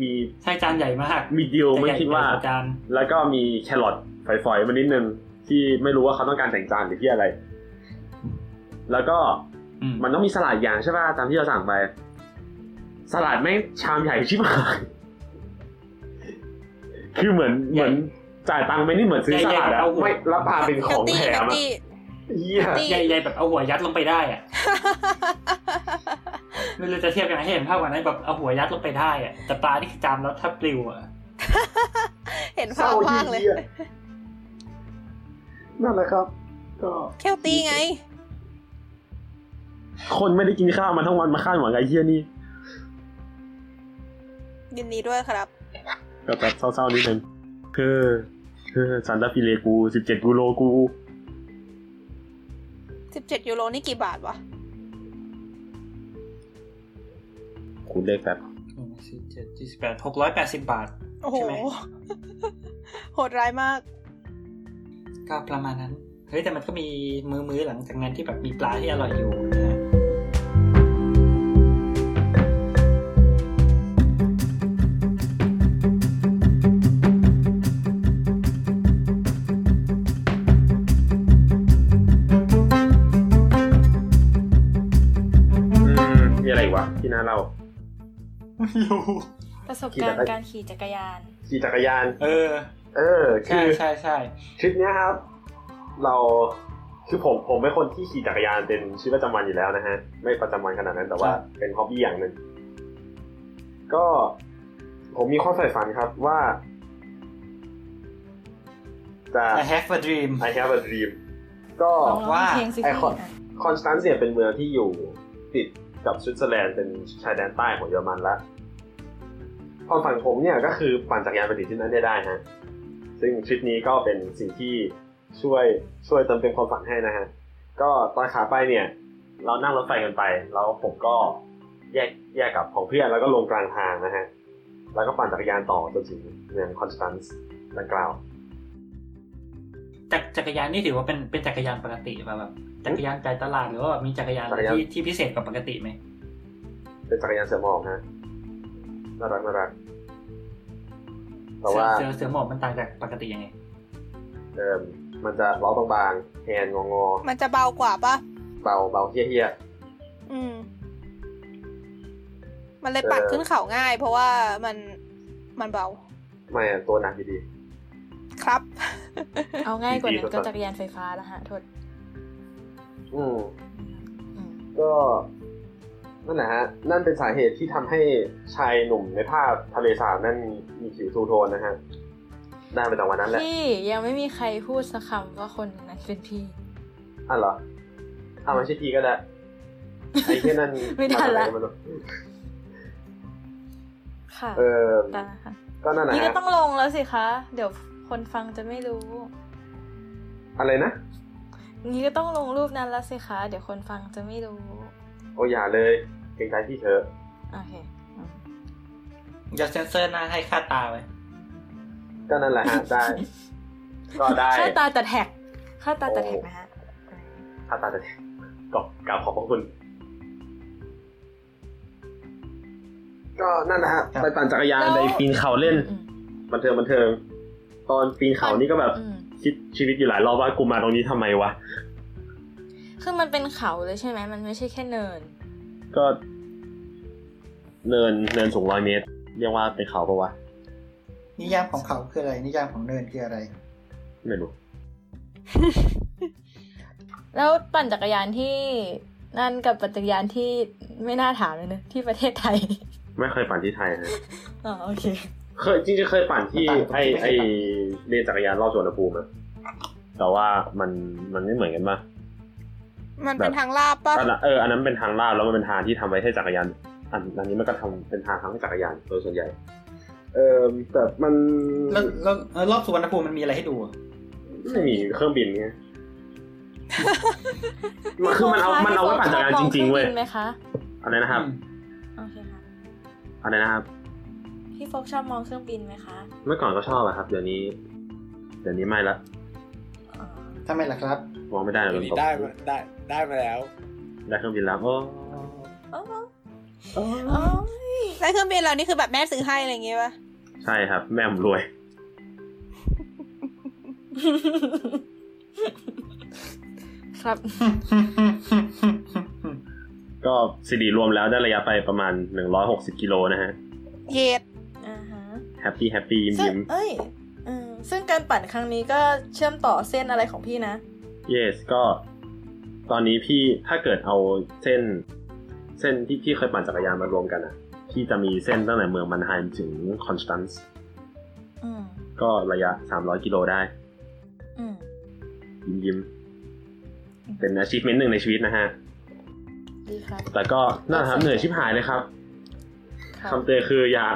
มี ใช่จานใหญ่มาก มีดิวไม่ ใหญ่ คิดว่า ใหญ่จาน แล้วก็มีแครอทฝอยๆมานิดนึงที่ไม่รู้ว่าเขาต้องการแต่งจานหรือที่อะไร แล้วก็ อืม มันต้องมีสลัดอย่างใช่ป่ะตามที่เราสั่งไป สลัดไม่งชามใหญ่ชิบหาย <laughs> คือเหมือนเหมือนจ่ายตังค์ไปนี่เหมือนซื้อสลัดอะไม่รับปลาเป็น ๆ ข เฮ อ ล ง ตี้ แถ เฮลมอะ ตี้ เหี้ย healthy ใหญ่ใหญ่แบบเอาหัวยัดลงไปได้อะไม่รู้จะเทียบยังไงให้เห็นภาพกันได้แบบเอาหัวยัดลงไปได้อะแต่ปลานี่คือจามแล้วถ้าปลิวอะ เห็น เศ ภาพร้าที่ มากเลย เหี้ยนั่นแหละครับ ก็ เฮลตี้ไง คนไม่ได้กินข้าวมาทั้งวันมาคาดหวังไอ้เหี้ยนี่ ยินดีด้วยครับ ก็แบบเศร้าๆนิดนึงเออเออซันตาฟิเลกูสิบเจ็ดกูโลกู 17 ยูโรนี่กี่บาทวะ คุณเลขแบบ หนึ่งสี่เจ็ดสี่สิบแปดหกร้อยแปดสิบบาท โอ้โห ใช่ไหม โหดร้ายมาก ก็ประมาณนั้น เฮ้ยแต่มันก็มีมือมือหลังจากนั้นที่แบบมีปลาที่อร่อยอยู่นะฮะ อืมมีอะไรอีกวะที่น่าเล่า ไม่รู้ ประสบการ ขี่จักรยา ณ์ น การขี่จักรยาน ขี่จักรยาน เออ เออ ใช่ คือ ใช่ใช่ ทริปเนี้ยครับ เราคือผมผมเป็นคนที่ขี่จักรยานเป็นชีวิตประจำวันอยู่แล้วนะฮะ ไม่ประจำวันขนาดนั้นแต่ว่าเป็นฮ็อบบี้อย่างหนึ่งก็ผมมีความใฝ่ฝันครับว่าจะ I have a dream I have a dream ก็ <laughs> ลองร้อ ว่า งเพลงสิ ไอ พี่ คอน อ่ะ คอนสแตนซ์เนี่ยเป็นเมืองที่อยู่ติดกับสวิตเซอร์แลนด์เป็นชายแดนใต้ของเยอรมันละความฝันผมเนี่ยก็คือปั่นจักรยานไปถึงที่นั้นได้ได้ฮะ ซึ่งทริปนี้ก็เป็นสิ่งที่ช่วยช่วยเติมเต็มความฝันให้นะฮะ ก็ตอนขาไปเนี่ย เรานั่งรถไฟกันไป แล้วผมก็แยกแยกกับของเพื่อนแล้วก็ลงกลางทางนะฮะ แล้วก็ปั่นจักรยานต่อจนถึงเมืองคอนสแตนซ์ดังกล่าว จักจักรยานนี่ถือว่าเป็นเป็นจักรยานปกติป่ะแบบจักรยานใจตลาดหรือว่าแบบมีจักรยาน จักรยาน ที่ที่พิเศษกว่าปกติไหม เป็นจักรยานเสือหมอกฮะน่ารักน่ารัก แต่ว่า เสือเสือหมอบมันต่างจากปกติยังไง เออมันจะล้อบางๆแฮนงองอ มันจะเบากว่าปะ ๆเบาเบาเฮี้ย อืม มันเลยปัดขึ้นเขาง่าย เพราะว่ามันมันเบา ๆไม่อะตัวหนักอยู่ดี ครับ <laughs> เอาง่ายกว่านั้ ดี น ๆ ก็จักรยานไฟฟ้าแล้วฮะโทษ อืม อืม ก็นั่นแหละฮะ นั่นเป็นสาเหตุที่ทำให้ชายหนุ่มในภาพทะเลสาบนั่นมีผิวทูโทนนะฮะ ได้มาจากวันนั้นแหละ พี่ยังไม่มีใครพูดสักคำว่าคนนั้นเป็นพี่ อ่ะเหรอเอามาชื่อทีก็ได้ ไอ้แค่นั้น <laughs> ไม่ทันละ มาจากไหก็ไม่รู้ ค่ะ เออ ตามนะคะ ก็นั่นแหละ นี่ก็ ฮะ ต้องลงแล้วสิคะ เดี๋ยวคนฟังจะไม่รู้ อะไรนะ นี่ก็ต้องลงรูปนั้นแล้วสิคะ เดี๋ยวคนฟังจะไม่รู้ โอ้อย่าเลยเกรงใจพี่เธอะ โอเคอืม จะเซนเซอร์หน้าให้ค่าตาไว้ ก็นั่นแหละ <laughs> ฮะ ได้ ก็ได้ ค่าตาตัดแท็กค่าตาตัดแท็กนะฮะ ถ้าตาจะแทงก็กล่าวขอบพระคุณ ก็นั่นนะฮะ ครับ ไปปั่นจักรยาน แล้ว ไปปีนเขาเล่น อืม บันเทิงบันเทิง ตอนปีนเขานี่ก็แบบ อืม คิดชีวิตอยู่หลายรอบว่ากูมาตรงนี้ทำไมวะ คือมันเป็นเขาเลยใช่ไหม มันไม่ใช่แค่เนิน ก็ เนินเนินสูงร้อยเมตร เรียกว่าเป็นเขาปะวะ นิยามของเขาคืออะไร นิยามของเนินคืออะไร ไม่รู้ แล้วปั่นจักรยานที่นั่นกับปั่นจักรยานที่ไม่น่าถามเลยนะที่ประเทศไทย <laughs> ไม่เคยปั่นที่ไทยนะ อ๋อโอเค เคยจริงๆเคยปั่นที่ไอไอเรียนจักรยานรอบสวนภูมิอะแต่ว่ามันมันไม่เหมือนกันปะ มันเป็น แบบ ทางลาบปะ อันนั้นเอออันนั้นเป็นทางลาดแล้วมันเป็นทางที่ทำไว้ให้จักรยานอันอันนี้มันก็ทำเป็นทางทางให้จักรยานโดยส่วนใหญ่ เออแต่มัน แล้วแล้วแล้วรอบสุวรรณภูมิมันมีอะไรให้ดูอะ ไม่มีเครื่องบินไง มันคือมันเอามันเอาไว้ปั่นจักรยานจริงๆเว้พี่โฟกชอบมอครื่องยบินไหมคะ อะไรนะครับ อืม โอเคค่ะ อะไรนะครับ พี่โฟกชอบมองเครื่องบินไหมคะ เมื่อก่อนก็ชอบอะครับ เดี๋ยวนี้ เดี๋ยวนี้ไม่ละ อ๋อ ทำไมล่ะครับ มองไม่ได้เลย เดี๋ยวนี้ได้มาได้ได้มาแล้ว ได้เครื่องบินแล้วโอ้ อ๋อ โอ้ อ๋อ แล้วเครื่องบินเรานี่คือแบบแม่ซื้อให้อะไรอย่างเงี้ยปะ ใช่ครับ แม่ผมรวย ครับ ก็ซีดีรวมแล้วได้ระยะไปประมาณ 160กิโลนะฮะ เหย็ด อ่าฮะ แฮปปี้แฮปปี้ยิ้ม ซึ่ง ยิ้ม เอ้ยเออซึ่งการปั่นครั้งนี้ก็เชื่อมต่อเส้นอะไรของพี่นะ yes ก็ตอนนี้พี่ถ้าเกิดเอาเส้น เส้นที่พี่เคยปั่นจักรยานมารวมกันอะพี่จะมีเส้นตั้งแต่เมืองมันไฮมถึงคอนสแตนซ์ อืม ก็ระยะ 300 กิโลได้ อืม ยิ้มยิ้มเป็น achievement หนึ่งในชีวิตนะฮะ ดีครับ แต่ก็น่าทำเหนื่อยชิบหายเลยครับ ครับ คำเตือนคืออย่า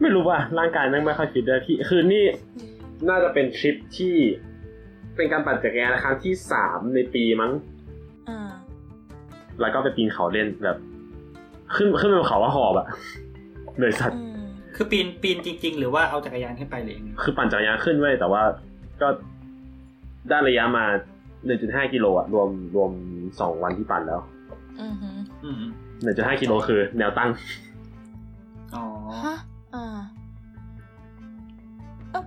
ไม่รู้ว่าร่างกายแม่งไม่ค่อยฟิตด้วยพี่ คือนี่น่าจะเป็นทริปที่เป็นการปั่นจักรยานครั้งที่สามในปีมั้ง อ่า แล้วก็ไปปีนเขาเล่นแบบ ขึ้นขึ้นไปบนเขาว่าหอบอะเหนื่อยสัตว์ อืม <laughs> คือปีนปีนจริง ๆ หรือว่าเอาจักรยานขึ้นไปเลยเอง คือปั่นจักรยานขึ้นไว้ยแต่ว่าก็ได้ระยะมา 1.5 กิโลอะรวมรวม 2 วันที่ปั่นแล้ว อือหือ อืมอืม 1.5 กิโลคือแนวตั้ง อ๋อ ฮะ อ่าเอ้า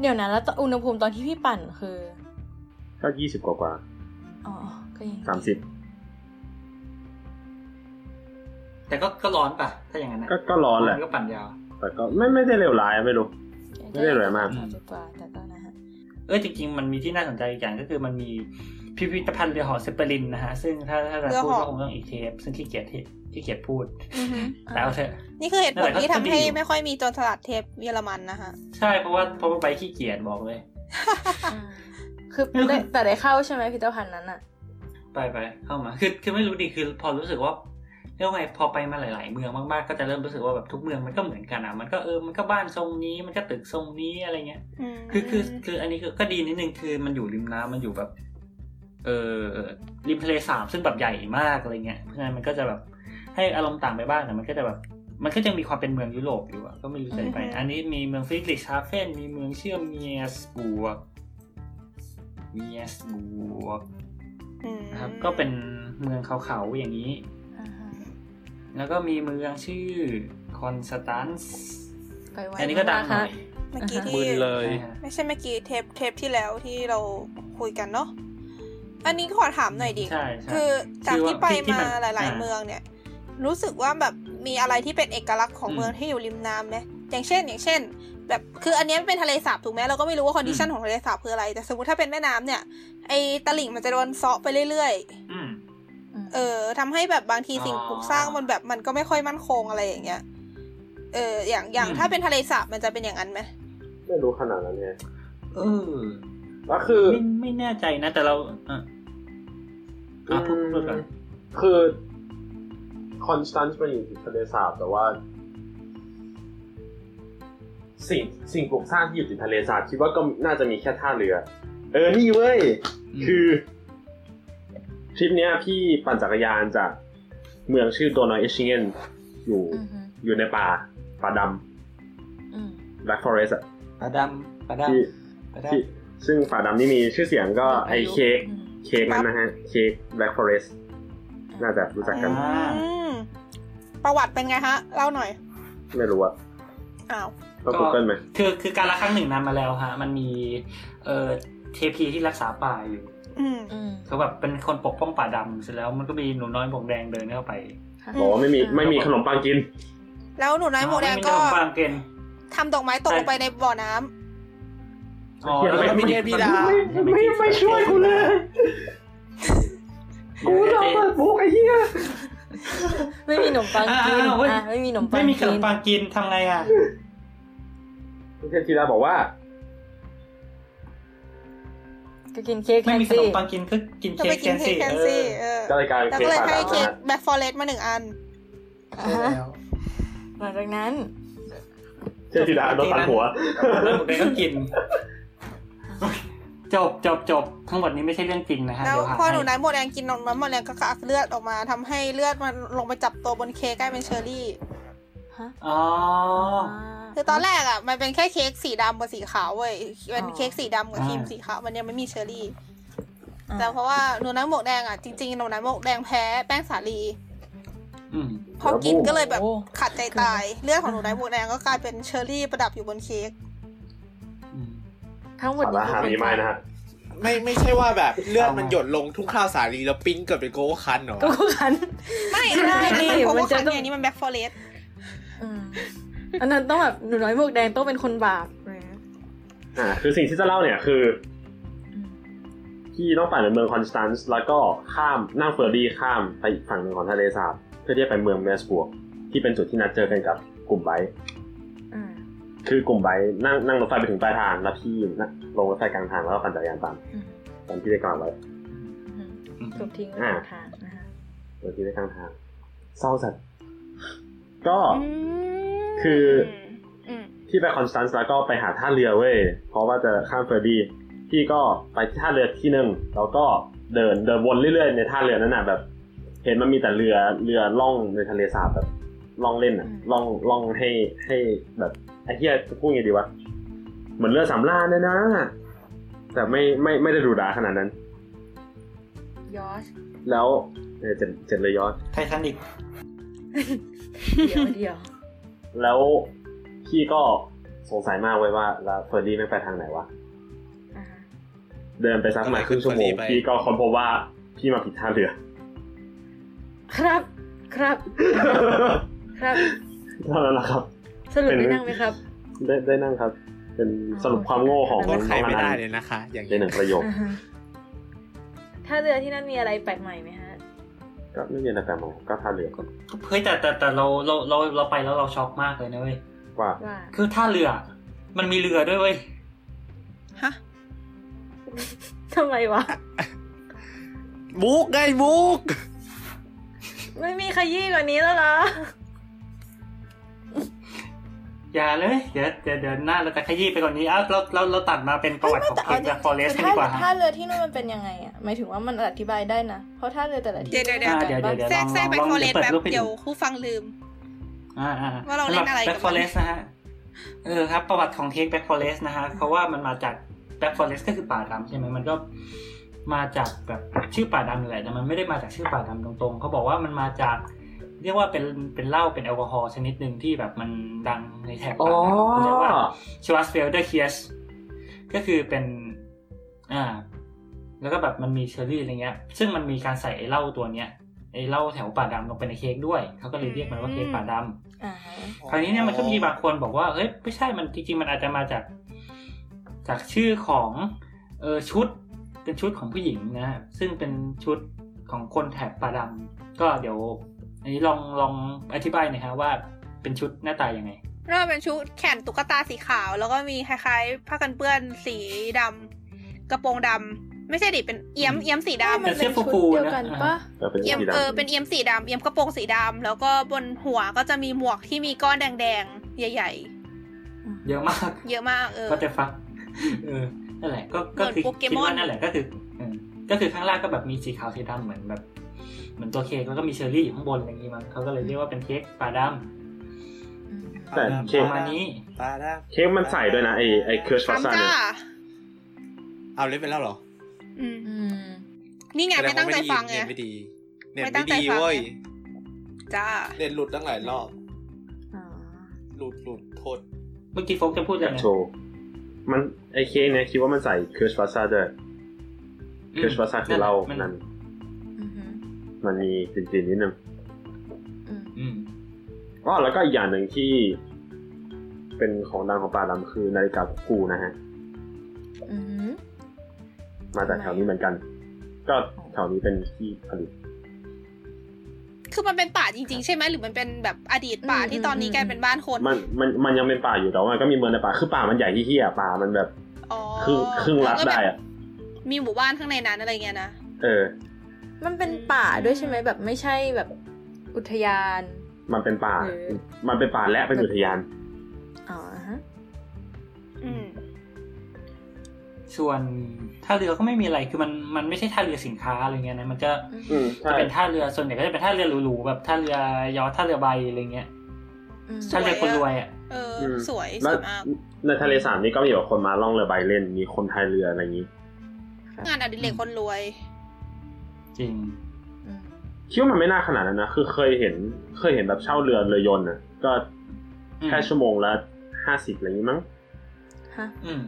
เดี๋ยวนะ แล้วตอนอุณหภูมิตอนที่พี่ปั่นคือ ก็ 20 กว่ากว่า อ๋อ ก็ยังดี 30 แต่ก็ก็ร้อนป่ะ ถ้าอย่างนั้นอะ ก็ก็ร้อนแหละ มัก็ปั่นยาว แต่ก็ไม่ไม่ได้เร็วร้ายไม่รู้ ไม่ได้รวยมาก สามสิบกว่าแต่ก็นะฮะ เออจริง ๆ มันมีที่น่าสนใจอีกอย่างก็คือมันมีพิพิธภัณฑ์เรือหอเซปเปอรินนะฮะ ซึ่งถ้าถ้าจะพูดก็คงต้องอีกเทป ซึ่งขี้เกียจที่ขี้เกียจพูด อือฮึ แต่เอาเถอะ นี่คือเหตุผลที่ทำให้ นั่นแหละครับ ไม่ค่อยมีโจรสลัดเทปเยอรมันนะคะ ใช่เพราะว่าเพราะว่าไปขี้เกียจบอกเลย อืมคือได้แต่ได้เข้าใช่ไหมพิพิธภัณฑ์นั้นอ่ะ ไปไปเข้ามาคือคือไม่รู้ดิคือพอรู้สึกว่าเรียกว่าไงพอไปมาหลาย ๆ เมืองมาก ๆ ก็จะเริ่มรู้สึกว่าแบบทุกเมืองมันก็เหมือนกันอ่ะมันก็เออมันก็บ้านทรงนี้มันก็ตึกทรงนี้อะไรเงี้ย อืม คือคือคืออันนี้คือก็ดีนิดนึงคือมันอยู่ริมน้ำมันอยู่แบบ เออริมทะเลสาบซึ่งแบบใหญ่มากอะไรเงี้ยเพราะฉะนั้นมันก็จะแบบให้อารมณ์ต่างไปบ้างแต่มันก็จะแบบ มันก็ยังมีความเป็นเมืองยุโรปอยู่อะก็ไม่รู้จะไป อือฮึ อันนี้มีเมืองฟริดริชฮาเฟนมีเมืองเชื่อมเมียสบูกเมียสบูก ม นะครับก็เป็นเมืองเขาๆอย่างนี้ แล้วก็มีเมืองชื่อคอนสแตนซ์ ไปไว้ อันนี้ก็ดังหน่อย เมื่อกี้ มึ ที่ นเลย ใช่ฮะ ไม่ใช่เมื่อกี้เทปเทปที่แล้วที่เราคุยกันเนาะอันนี้ขอถามหน่อยดิ ใช่ใช่ คือจากที่ไป ที่ มา มัน หลาย อ่า ๆ เมืองเนี่ย รู้สึกว่าแบบมีอะไรที่เป็นเอกลักษณ์ของเมืองที่อยู่ริมน้ำไหมอย่างเช่น อย่างเช่น แบบคืออันเนี้ยมันเป็นทะเลสาบถูกไหมเราก็ไม่รู้ว่าคอนดิชันของทะเลสาบคืออะไร แต่สมมติถ้าเป็นแม่น้ำเนี่ยไอตะลิ่งมันจะโดนเซาะไปเรื่อย อืม ๆ เออทำให้แบบบางทีสิ่งปลูกสร้างมันแบบมันก็ไม่ค่อยมั่นคงอะไรอย่างเงี้ยเอออย่างอย่าง อืม ถ้าเป็นทะเลสาบมันจะเป็นอย่างนั้นไหม ไม่รู้ขนาดนั้นเนี่ย เออ ก็คือ ไม่ไม่แน่ใจนะ แต่เราอ่ะอ่ะพูดพูดก่อน คือคอนสแตนซ์มันอยู่ที่ทะเลสาบแต่ว่า สิ่งสิ่งปลูกสร้างที่อยู่ติดทะเลสาบคิดว่าก็น่าจะมีแค่ท่าเรือ เออนี่เว้ย คือทริปเนี้ยพี่ปั่นจักรยานจากเมืองชื่อโดนอยเอชิเงนอยู่ อือฮึ อยู่ในป่าป่าด อืม ำ Black Forest อะ ปลาดำปลาด ที่ ำปลาด ที่ซึ่งป่าดำนี่มีชื่อเสียงก็ไอเค้กเค้กนั้นนะฮะ เค้ก Black Forest น่าจะรู้จัก ำ กัน อ่า อืมประวัติเป็นไงฮะเล่าหน่อย ไม่รู้อะ อ้าว ต้อง Google ไหม คือคือการละครั้งหนึ่งนานมาแล้วฮะ มันมีเอ่อเทพีที่รักษาป่าอยู่ อืม อืม เขาแบบเป็นคนปกป้องป่าดำเสร็จแล้วมันก็มีหนูน้อยหมวกแดงเดินเข้าไป ค่ะ บอกว่าไม่มีไม่มีขนมปังกิน แล้วหนูน้อยหมูแดงก็ อ๋อไม่มีขนมปังเกณฑ์ ทำดอกไม้ตกลงไปในบ่อน้ำ อ๋อแล้วก็ ไม่เทพธิดา ไม่ไม่ไม่ช่วยกูเลย กูจะเปิดบุกไอ้เหี้ย ไม่มีขนมปังกิน อ่าๆเว้ย อ่ะไม่มีขนมปัง ไม่มีขนมปังกินทำไงอ่ะ เทพธีดาบอกว่า ก็กินเค้กแท ไม่ น มีข สิ นมปังกินก็กิน จะ เค้ ไป ก กิ แคน น เค้ ซี่ กแคน เอ ซี่ อ เออ ก็เลยกลายเป็น แล้วก็เค้กเลย ป่า ให้ ดำ เค้ก นะ แบล็คฟอเรสต์มาหนึ่งอัน อ่า ใช่ ฮะ แล้ว หลังจากนั้น เทพธีดาโดนตัดหัว แล้วหมวกแดงก็กิน จบจบจบทั้งหมดนี้ไม่ใช่เรื่องจริงนะฮะ แล้ว เดี๋ยวหา พอหนูน้อยหมดแรงกินนมน้ำหมดแรงก็กระอักเลือดออกมาทำให้เลือดมันลงไปจับตัวบนเค้กกลายเป็นเชอร์รี่ ฮะ อ๋อ า คือตอนแรกอ่ะมันเป็นแค่เค้กสีดำกับสีขาวเว้ยเป็น อ๋อ เค้กสีดำกับ อ่า ครีมสีขาวมันยังไม่มีเชอร์รี่ อ่า แต่เพราะว่าหนูน้อยหมดแรงอ่ะจริงๆหนูน้อยหมดแรงแพ้แป้งสาลี อืม พอกิน โอ้โห ก็เลยแบบขัดใจตายเลือดของหนูน้อยหมดแรงก็กลายเป็นเชอร์รี่ประดับอยู่บนเค้ก อืม ทั้งหมด สาระหามีไหมนะฮะ ไม่ไม่ใช่ว่าแบบเลือดมันหยดลงทุ่งข้าวสาลีแล้วปิ้งเกิดเป็นโกโก้คันเหรอ ก็คู่กัน ไม่ ใช่ ได้ ดิ เพราะ มั ว่าน จะ คัน ต้ เนี่ อยงนี่มันแบ็คฟอเรส อืมอันนั้นต้องแบบหนูน้อยหมวกแดงต้องเป็นคนบาปเลยนะ อ่าคือสิ่งที่จะเล่าเนี่ยคือ ที่ต้องปั่นไปเมืองคอนสแตนซ์แล้วก็ข้ามนั่งเฟอร์รี่ข้ามไปอีกฝั่งหนึ่งของทะเลสาบเพื่อที่จะไปเมืองเมสบวก ที่เป็นจุดที่นัดเจอกันกับกลุ่มไบค์ อืม คือกลุ่มไบค์นั่งนั่งรถไฟไปถึงปลายทางแล้วพี่นั่งลงรถไฟกลางทางแล้วก็ปั่นจักรยานตาม อืม ตามที่ได้กล่าวไว้ อืม อืม ถูกทิ้งไว้กลางทางนะคะ ตามที่ได้กลางทางเศร้าสัตว์ก็คือที่ไปคอนสแตนซ์แล้วก็ไปหาท่าเรือเว้ยเพราะว่าจะข้ามเฟอร์รี่พี่ก็ไปที่ท่าเรือที่หนึ่งแล้วก็เดินเดินวนเรื่อยๆในท่าเรือนั้นน่ะแบบ เห็นมันมีแต่เรือเรือล่องในทะเลสาบแบบล่องเล่นอ่ะล่องล่องให้ให้แบบไอ้เหี้ยจะพูดไงดีวะเหมือนเรือสำราญเลยนะ แต่ไม่ไม่ไม่ได้ดูดาขนาดนั้น ยอช แล้วเออเจ็ดเจ็ดเลยยอด ไททานิก เดียวเดียว แล้วพี่ก็สงสัยมากเว้ยว่าแล้วเฟอร์ดี้ไม่งไปทางไหนวะ อ่าฮะ เดินไปสักประมาณครึ่งชั่วโมงพี่ก็ค้นพบว่าพี่มาผิดท่าเรือ ครับครับครับ เท่านั้นแหละครับ สรุป เป็ ได้ น นั่งไหมครับ ได้ได้นั่งครับ เป็นสรุปความโง่ของ โ โทษใครไม่ น้อง ได้ อัน เลยนะคะ อย่าง ในหนึ่งประโยค อ่าฮะถ้าเรือที่นั่นมีอะไรแปลกใหม่ไหมฮะ ก็ไม่มีอะไรแปลกใหม่ก็ท่าเรือ เฮ้ยแต่แต่แต่เราเราเราเราไปแล้วเราช็อกมากเลยนะเว้ย ว่า ว่า คือท่าเรือ มันมีเรือด้วยเว้ย ฮะ ทำไมวะ มุกไงมุก ไม่มีขยี้กว่านี้แล้วเหรอ อย่าเลยเดี๋ยวเดี๋ยวเดี๋ยวหน้าเราจะขยี้ไปกว่อนนี้อ้าวเราเราเราตัดมาเป็นประวัติของเค้กจากฟอเรสต์ดีกว่าฮะ ถ้าเรือที่นู่นมันเป็นยังไงอ่ะหมายถึงว่ามันอธิบายได้นะเพราะถ้าเรือแต่ละที่ เดี๋ยวเดี๋ยวเดี๋ยว อ่าเดี๋ยวเดี๋ยวเดี๋ยว แทรกแทรกแบ็คฟอเรสต์ ลอง แป๊บ ลองเปิดรูปให้ดู เดี๋ยวคู่ฟังลืม อ่าอ่ ว่าเราเล่นอะไรกับมัน แบ็กฟอเรสนะฮะ เออครับ ประวัติของเทคแบ็กฟอเรสนะฮะเพราะว่ามันมาจากแบ็กฟอเรสก็คือป่าดำใช่ไหมมันก็มาจากแบบชื่อป่าดำนี่แหละแต่มันไม่ได้มาจากชื่อป่าดำตรงๆเขาบอกว่ามันมาจาก เรียกว่าเป็นเป็นเหล้าเป็นแอลกอฮอล์ชนิดหนึ่งที่แบบมันดังในแถบ อ๋ ต่า อง ๆเรียกว่าชวัสเฟลเดอร์เคียสก็คือเป็นอ่า แล้วก็แบบมันมีเชอร์รี่อะไรเงี้ย ซึ่งมันมีการใส่ไอ้เหล้าตัวเนี้ยไอ้เหล้าแถวป่าดำลงไปในเค้กด้วยเขาก็เลยเรียกมันว่าเค้กป่าดำ อ่า คราวนี้เนี่ยมันก็มีบางคนบอกว่าเฮ้ยไม่ใช่มันจริงๆมันอาจจะมาจาก จากชื่อของเออชุดเป็นชุดของผู้หญิงนะฮะซึ่งเป็นชุดของคนแถบปาดำก็เดี๋ยว อันนี้ลองลองอธิบายหน่อยฮะว่าเป็นชุดหน้าตายังไง น่าเป็นชุดแขนตุ๊กตาสีขาว แล้วก็มีคล้ายๆผ้ากันเปื้อนสีดำกระโปรงดำไม่ใช่ดิเป็นเอี้ยมเอี้ยมสีดำ มันเป็นชุดเดียวกันปะ ก็เป็น เอี้ยม สี เออ ดำ เป็นเอี้ยมสีดำเอี้ยมกระโปรงสีดำแล้วก็บนหัวก็จะมีหมวกที่มีก้อนแดงๆใหญ่ เยอะมาก ๆ เยอะมากเออ ก็จะฟักเออนั่นแหละก็ก็คือ เหมือนโปเก คิด มอน ว่านั่นแหละก็คือเออก็คือข้างล่างก็แบบมีสีขาวสีดำเหมือนแบบเหมือนตัวเค้กแล้วก็มีเชอร์รี่อยู่ข้างบนอะไรอย่างงี้มั้งเขาก็เลยเรียกว่าเป็นเค้กปลาด แต่ ำ เค้ ป ก ระมาณนี้ ปลาดา เค้กมันใส่ด้วยนะไอไอเคอร์ชวั ตา ต ม ซา จ้า เนี่ย เอาเล่นไปแล้วเหรอ อืม อืม นี่ไง แสด ไม่ตั้งใจ ว่าด้ยิน ฟังไง เน็ตไม่ดีเน็ต ไม่ตั้ ไม่ งใจ ดี ฟัง เว้ย ไง จ้า เน็ตหลุดตั้งหลายรอบ อ๋อ หลุดหลุดโทษ เมื่อกี้โฟกจะพูดอะไรนะ โชว์มันไอเค้กเนี่ยคิดว่ามันใส่เคอร์ชวัตซาด้วย ม เคอร์ชวัตซาคือเหล้านั่น อือหือ มันมีกลิ่นๆนิดนึง อืม อืม อ๋อแล้วก็อีกอย่างหนึ่งที่ เป็นของดังของป่าดำคือนาฬิกาพกคูนะฮะ อือหือ มาจากแถวนี้เหมือนกัน ก็แถวนี้เป็นที่ผลิต คือมันเป็นป่าจริงๆ ใช่ไหมหรือมันเป็นแบบอดีตป่า อืม ที่ตอนนี้ อืม กลายเป็นบ้านคน มันมันมันยังเป็นป่าอยู่แต่ว่ามันก็มีเมืองในป่าคือป่ามันใหญ่ที่เฮียป่ามันแบบ อ๋อ ครึ่งครึ่งรัด แล้วก็ ได้ แบบ อะ มีหมู่บ้านข้างในนั้นอะไรเงี้ยนะ เออ มันเป็นป่าด้วยใช่ไหมแบบไม่ใช่แบบอุทยาน มันเป็นป่า เออ มันเป็นป่าและเป็นอุทยาน อ๋อฮะ อืม ส่วนท่าเรือก็ไม่มีอะไรคือมันมันไม่ใช่ท่าเรือสินค้าอะไรเงี้ยนะมันก็ อืม จะ ใช่ เป็นท่าเรือส่วนใหญ่ก็จะเป็นท่าเรือหรูๆแบบท่าเรือยอชต์ท่าเรือใบอะไรเงี้ย อืม ใช่ ท่าเรือคนรวยอ่ะ เออ อื อ ม สวยส แล้ว วยมาก ในทะเลสาบนี่ก็มีแบบคนมาล่องเรือใบเล่นมีคนพายเรืออะไรอย่างนี้ งานอดิเรกคนรวย จริง อืม คิดว่ามันไม่น่าขนาดนั้นนะคือเคยเห็นเคยเห็นแบบเช่าเรือเรือยนต์อ่ะก็แค่ อืม ชั่วโมงละห้าสิบอะไรอย่างนี้มั้ง ฮะ อืม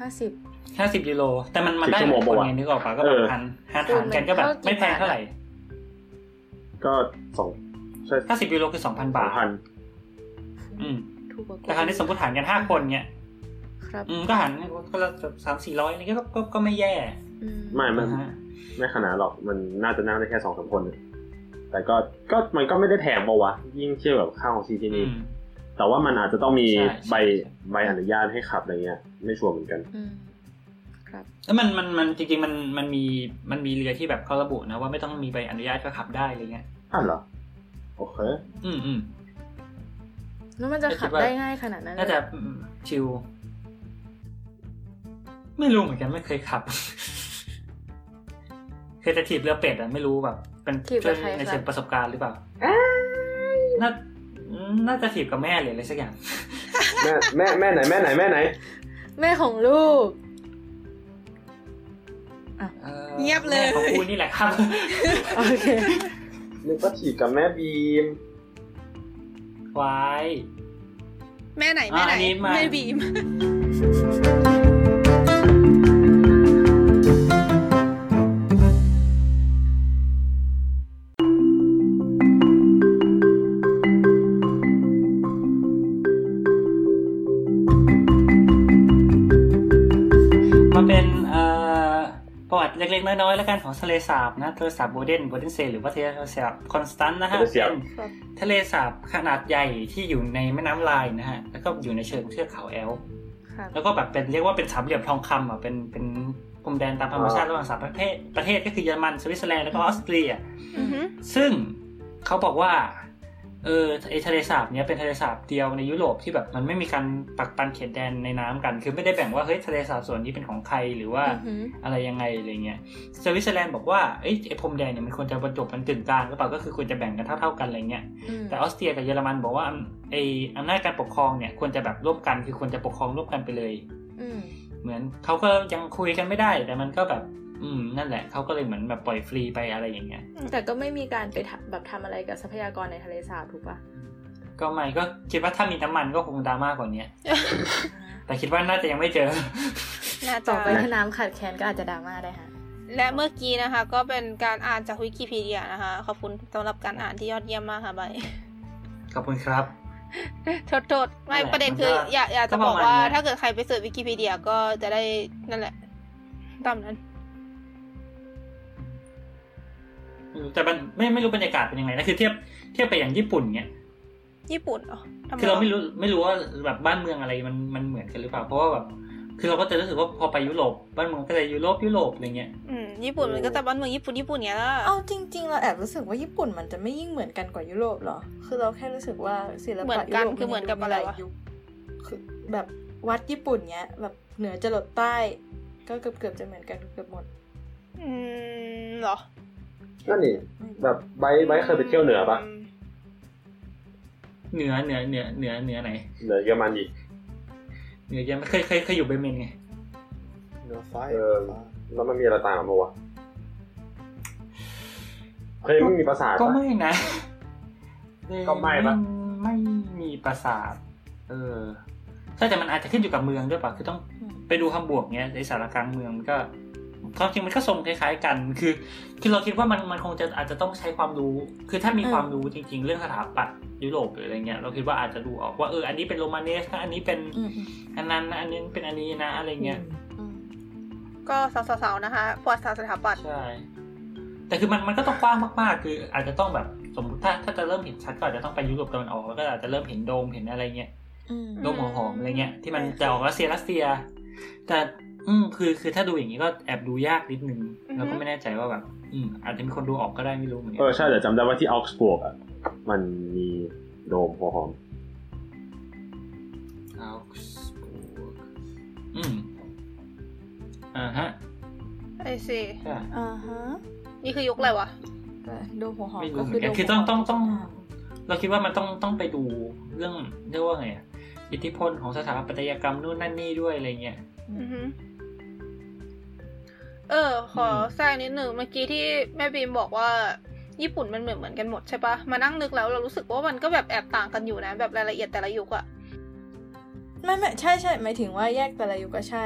ห้าสิบ ห้าสิบยูโรแต่มันมัน สิบ ได้ ชั่ว ห โม ลางยคน ปะวะ ไงนึกออกปะก็แบ เอบ อ หันหารหารกันก็แบบไม่แพงเท่าไหร่ ก็สองใช่ ห้าสิบยูโรคือสองพัสอบนาง ท พัน อืม ถูกกว่ากู แต่คราวนี้สมมติหารกันห้าคนเนี่ย ครับ อืมก็หารก็ละสามสี่ร้อยอะไรเงี้ยก็ก็ก็ไม่แย่ อืม ไม่มัน นะฮะ ไม่ขนาดหรอกมันน่าจะนั่งได้แค่สองสามคนน่ะแต่ก็ก็มันก็ไม่ได้แพงปะวะ ยิ่งเทียบกับค่าของซีที่ อื นี่ ม แต่ว่ามันอาจจะต้องมี ใช่ ใบ ใช่ ใบอนุญาตให้ขับอะไรเงี้ย ไม่ชัวร์เหมือนกัน อืมครับ แล้วมันมันมันจริงๆมันมันมีมันมีเรือที่แบบเขาระบุนะว่าไม่ต้องมีใบอนุญาตก็ขับได้อะไรเงี้ย อ่ะเหรอ โอเค อืมอืม แล้วมันจะขับ ไม่คิดว่า ได้ง่ายขนาดนั้นเลย น่าจะอืมชิลไม่รู้เหมือนกันไม่เคยขับ <laughs> เคยจะถีบเรือเป็ดอ่ะไม่รู้แบบเป็น ถีบ ช่ กั วย บใคร ใน ครั เชิ บ งประสบการณ์หรือเปล่าน่าน่าจะถีบกับแม่หรืออะไรสักอย่าง แม่แม่แม่ไหนแม่ไหนแม่ไหน แม่ของลูก ออ เงียบเลย แม่ของกูนี่แหละครับ <laughs> โอเค นึกว่าถีบกับแม่บีม วาย แม่ไหนแม่ไหน อ่ะอันี้า แม่บีม มาเป็นเอ่อประวัติเล็กๆ น้อยๆ แล้วกันของทะเลสาบนะทะเลสาบโบเดนโบเดนเซหรือว่าทะเลสาบคอนสแตนต์นะฮะ ทะเลสาบ เป็นทะเลสาบขนาดใหญ่ที่อยู่ในแม่น้ำลายนะฮะ แล้วก็อยู่ในเชิงเทือกเขาแอลป์ ครับ แล้วก็แบบเป็นเรียกว่าเป็นสามเหลี่ยมทองคำอ่ะเป็นเป็นพรมแดนตามธรรมชาติระหว่างสามประเทศประเทศก็คือเยอรมันสวิตเซอร์แลนด์แล้วก็ออสเตรีย อือหือ ซึ่งเขาบอกว่า เออไอทะเลสาบเนี้ยเป็นทะเลสาบเดียวในยุโรปที่แบบมันไม่มีการปักปันเขตแดนในน้ำกัน คือไม่ได้แบ่งว่าเฮ้ยทะเลสาบส่วนนี้เป็นของใครหรือว่า อือหือ อะไรยังไงอะไรเงี้ยสวิตเซอร์แลนด์บอกว่าเอ้ยไอพรมแดนเนี่ยมันควรจะบรรจบมันกึ่งกลางหรือเปล่าก็คือควรจะแบ่งกันเท่าๆกันอะไรเงี้ย อืม แต่ออสเตรียกับเยอรมันบอกว่าไออำนาจการปกครองเนี่ยควรจะแบบร่วมกันคือควรจะปกครองร่วมกันไปเลย อืม เหมือนเขาก็ยังคุยกันไม่ได้ แต่มันก็แบบ อืมนั่นแหละเขาก็เลยเหมือนแบบปล่อยฟรีไปอะไรอย่างเงี้ย แต่ก็ไม่มีการไปทำแบบทำอะไรกับทรัพยากรในทะเลสาบถูกปะ ก็ไม่ก็คิดว่าถ้ามีน้ำมันก็คงดราม่ากว่านี้แต่คิดว่าน่าจะยังไม่เจอ <laughs> น่า ต่ จะ อไปถ้าน้ำขาดแคลนก็อาจจะดราม่าได้ค่ะ และเมื่อกี้นะคะ ก็เป็นการอ่านจากวิกิพีเดียนะคะ ขอบคุณสำหรับการอ่านที่ยอดเยี่ยมมากค่ะใบ ขอบคุณครับ โทษโทษไม่ นั่นแหละ ประเด็นคือ มันก็ อยากอยาก ก็ จะบประ อก มาณ ว่า นั้น ถ้าเกิดใครไปเสิร์ชวิกิพีเดียก็จะได้นั่นแหละ ตามนั้น แต่มันไม่ไม่รู้บรรยากาศเป็นยังไงนะคือเทียบเทียบไปอย่างญี่ปุ่นเนี่ย ญี่ปุ่นเหรอทำไม คือเราไม่รู้ไม่รู้ว่าแบบบ้านเมืองอะไรมันมันเหมือนกันหรือเปล่าเพราะว่าแบบคือเราก็จะรู้สึกว่าพอไปยุโรปบ้านเมืองก็จะยุโรปยุโรปอะไรเงี้ย อืมญี่ปุ่นมันก็จะบ้านเมืองญี่ปุ่นญี่ปุ่นเนี้ยละ เอาจริง ๆ เราแอบรู้สึกว่าญี่ปุ่นมันจะไม่ยิ่งเหมือนกันกว่ายุโรปเหรอ คือเราแค่รู้สึกว่าศิลปะ เหมือน ยุ กัน โรป คือเหมือนกับอะไรวะ ยุคคือแบบวัดญี่ปุ่นเนี้ย แบบเหนือจรดใต้ ก็เกือบๆจะเหมือนกันเกือบหมด อืมเหรอ นั่นนี่แบบไบร์ทไบร์ทเคยไปเที่ยวเหนือปะ ม เหนือเหนือเหนือเหนือเหนือไหน เหนือเยอรมันดิ เหนือยังไม่เคยเคยเคยอยู่เบเมนไง เหนือไฟ เออ แล้วมันมีอะไรต่างกันปะวะเคยไม่มีปราสาท ก็ ปะ ไม่นะ ก็ไม่ปะ ไม่ไม่มีปราสาทเออใช่แต่มันอาจจะขึ้นอยู่กับเมืองด้วยป่ะคือต้อง อืม ไปดูฮัมบวกเนี้ยในสารกลางเมืองมันก็ความจริงมันก็ทรงคล้ายๆกัน คือคือเราคิดว่ามันมันคงจะอาจจะต้องใช้ความรู้ คือถ้ามีความรู้จริง ๆ เรื่องสถาปัตย์ยุโรปหรืออะไรเงี้ยเราคิดว่าอาจจะดูออกว่าเอออันนี้เป็นโรมาเนสนะอันนี้เป็น อืม อันนั้นนะอันนี้เป็นอันนี้นะอะไรเงี้ย อืม ก็สาวๆๆนะคะประวัติศาสตร์สถาปัตย์ ใช่ แต่คือมันมันก็ต้องกว้างมากๆ คืออาจจะต้องแบบสมมติถ้าถ้าจะเริ่มเห็นชัดก็อาจจะต้องไปยุโรปตะวันออกแล้วก็อาจจะเริ่มเห็นโดมเห็นอะไรเงี้ย อืม โลกหัวหอมอะไรเงี้ยที่มันจะออกรัสเซียรัสเซีย แต่อืมคือคือถ้าดูอย่างนี้ก็แอบดูยากนิดนึงแล้วก็ไม่แน่ใจว่าแบบอืมอาจจะมีคนดูออกก็ได้ไม่รู้เหมือนกั เออใช่แต่จำได้ว่าที่ออกซบวกอ่ะมันมีโดมหัวหอม เอาสปูกอืมอ่าฮะ ไอ้สิ ใช่ อ่าฮะ นี่คือยุคอะไรวะ ก็ดูหัวหอม ไม่ ก็ รู้เห คื มื อ อนกัน ดู คือต้องต้องต้อง เราคิดว่ามันต้องต้องไปดูเรื่องเรียกว่าไงอะอิทธิพลของสถาปัตยกรรมนู่นนั่นนี่ด้วยอะไรเงี้ย อือหือเออ ขอแทรกนิดหนึ่งเมื่อกี้ที่แม่บีมบอกว่า ญี่ปุ่นมันเหมือนเหมือนกันหมดใช่ปะมานั่งนึกแล้วเรารู้สึกว่ามันก็แบบแอบต่างกันอยู่นะ แบบรายละเอียดแต่ละยุคอะ ไม่ไม่ใช่ใช่หมายถึงว่าแยกแต่ละยุคก็ใช่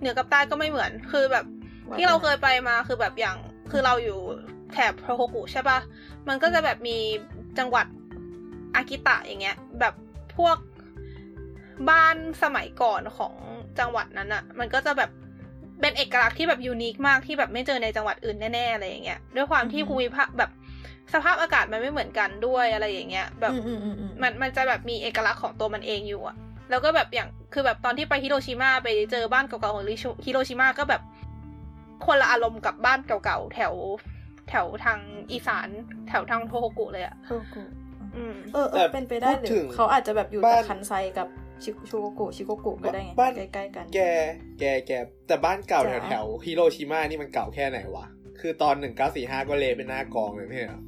เหนือกับใต้ก็ไม่เหมือน คือแบบที่เราเคยไปมาคือแบบอย่าง คือเราอยู่แถบโฮโฮกุใช่ปะมันก็จะแบบมีจังหวัดอากิตะอย่างเงี้ย แบบพวกบ้านสมัยก่อนของจังหวัดนั้นอะมันก็จะแบบเป็นเอกลักษณ์ที่แบบยูนิคมากที่แบบไม่เจอในจังหวัดอื่นแน่ๆอะไรอย่างเงี้ย ด้วยความที่ อือฮึ ภูมิภาคแบบสภาพอากาศมันไม่เหมือนกันด้วยอะไรอย่างเงี้ย แบบ อืมอืมอืมอืม มันมันจะแบบมีเอกลักษณ์ของตัวมันเองอยู่อะแล้วก็แบบอย่างคือแบบตอนที่ไปฮิโรชิมาไปเจอบ้านเก่าๆของฮิโรชิฮิโรชิมาก็แบบ คนละอารมณ์กับบ้านเก่าๆแถว แถวทางอีสานแถวทางโทโฮกุเลยอะ โชกุ อืม เออเอ แต่ อเป็นไปได้ พูด หรื ถึ องเขาอาจจะแบบอยู่ บ้า แต่ น คันไซกับชิชูโกกุชิโกกุก็ได้ไง บ้าน ใกล้ๆกัน แก แก แก แต่บ้านเก่าแถ จ๋า วแถวฮิโรชิมานี่มันเก่าแค่ไหนวะ คือตอนหนึ่งเก้าสี่ห้าก็เละเป็นหน้ากองเลยไม่ใช่เหรอ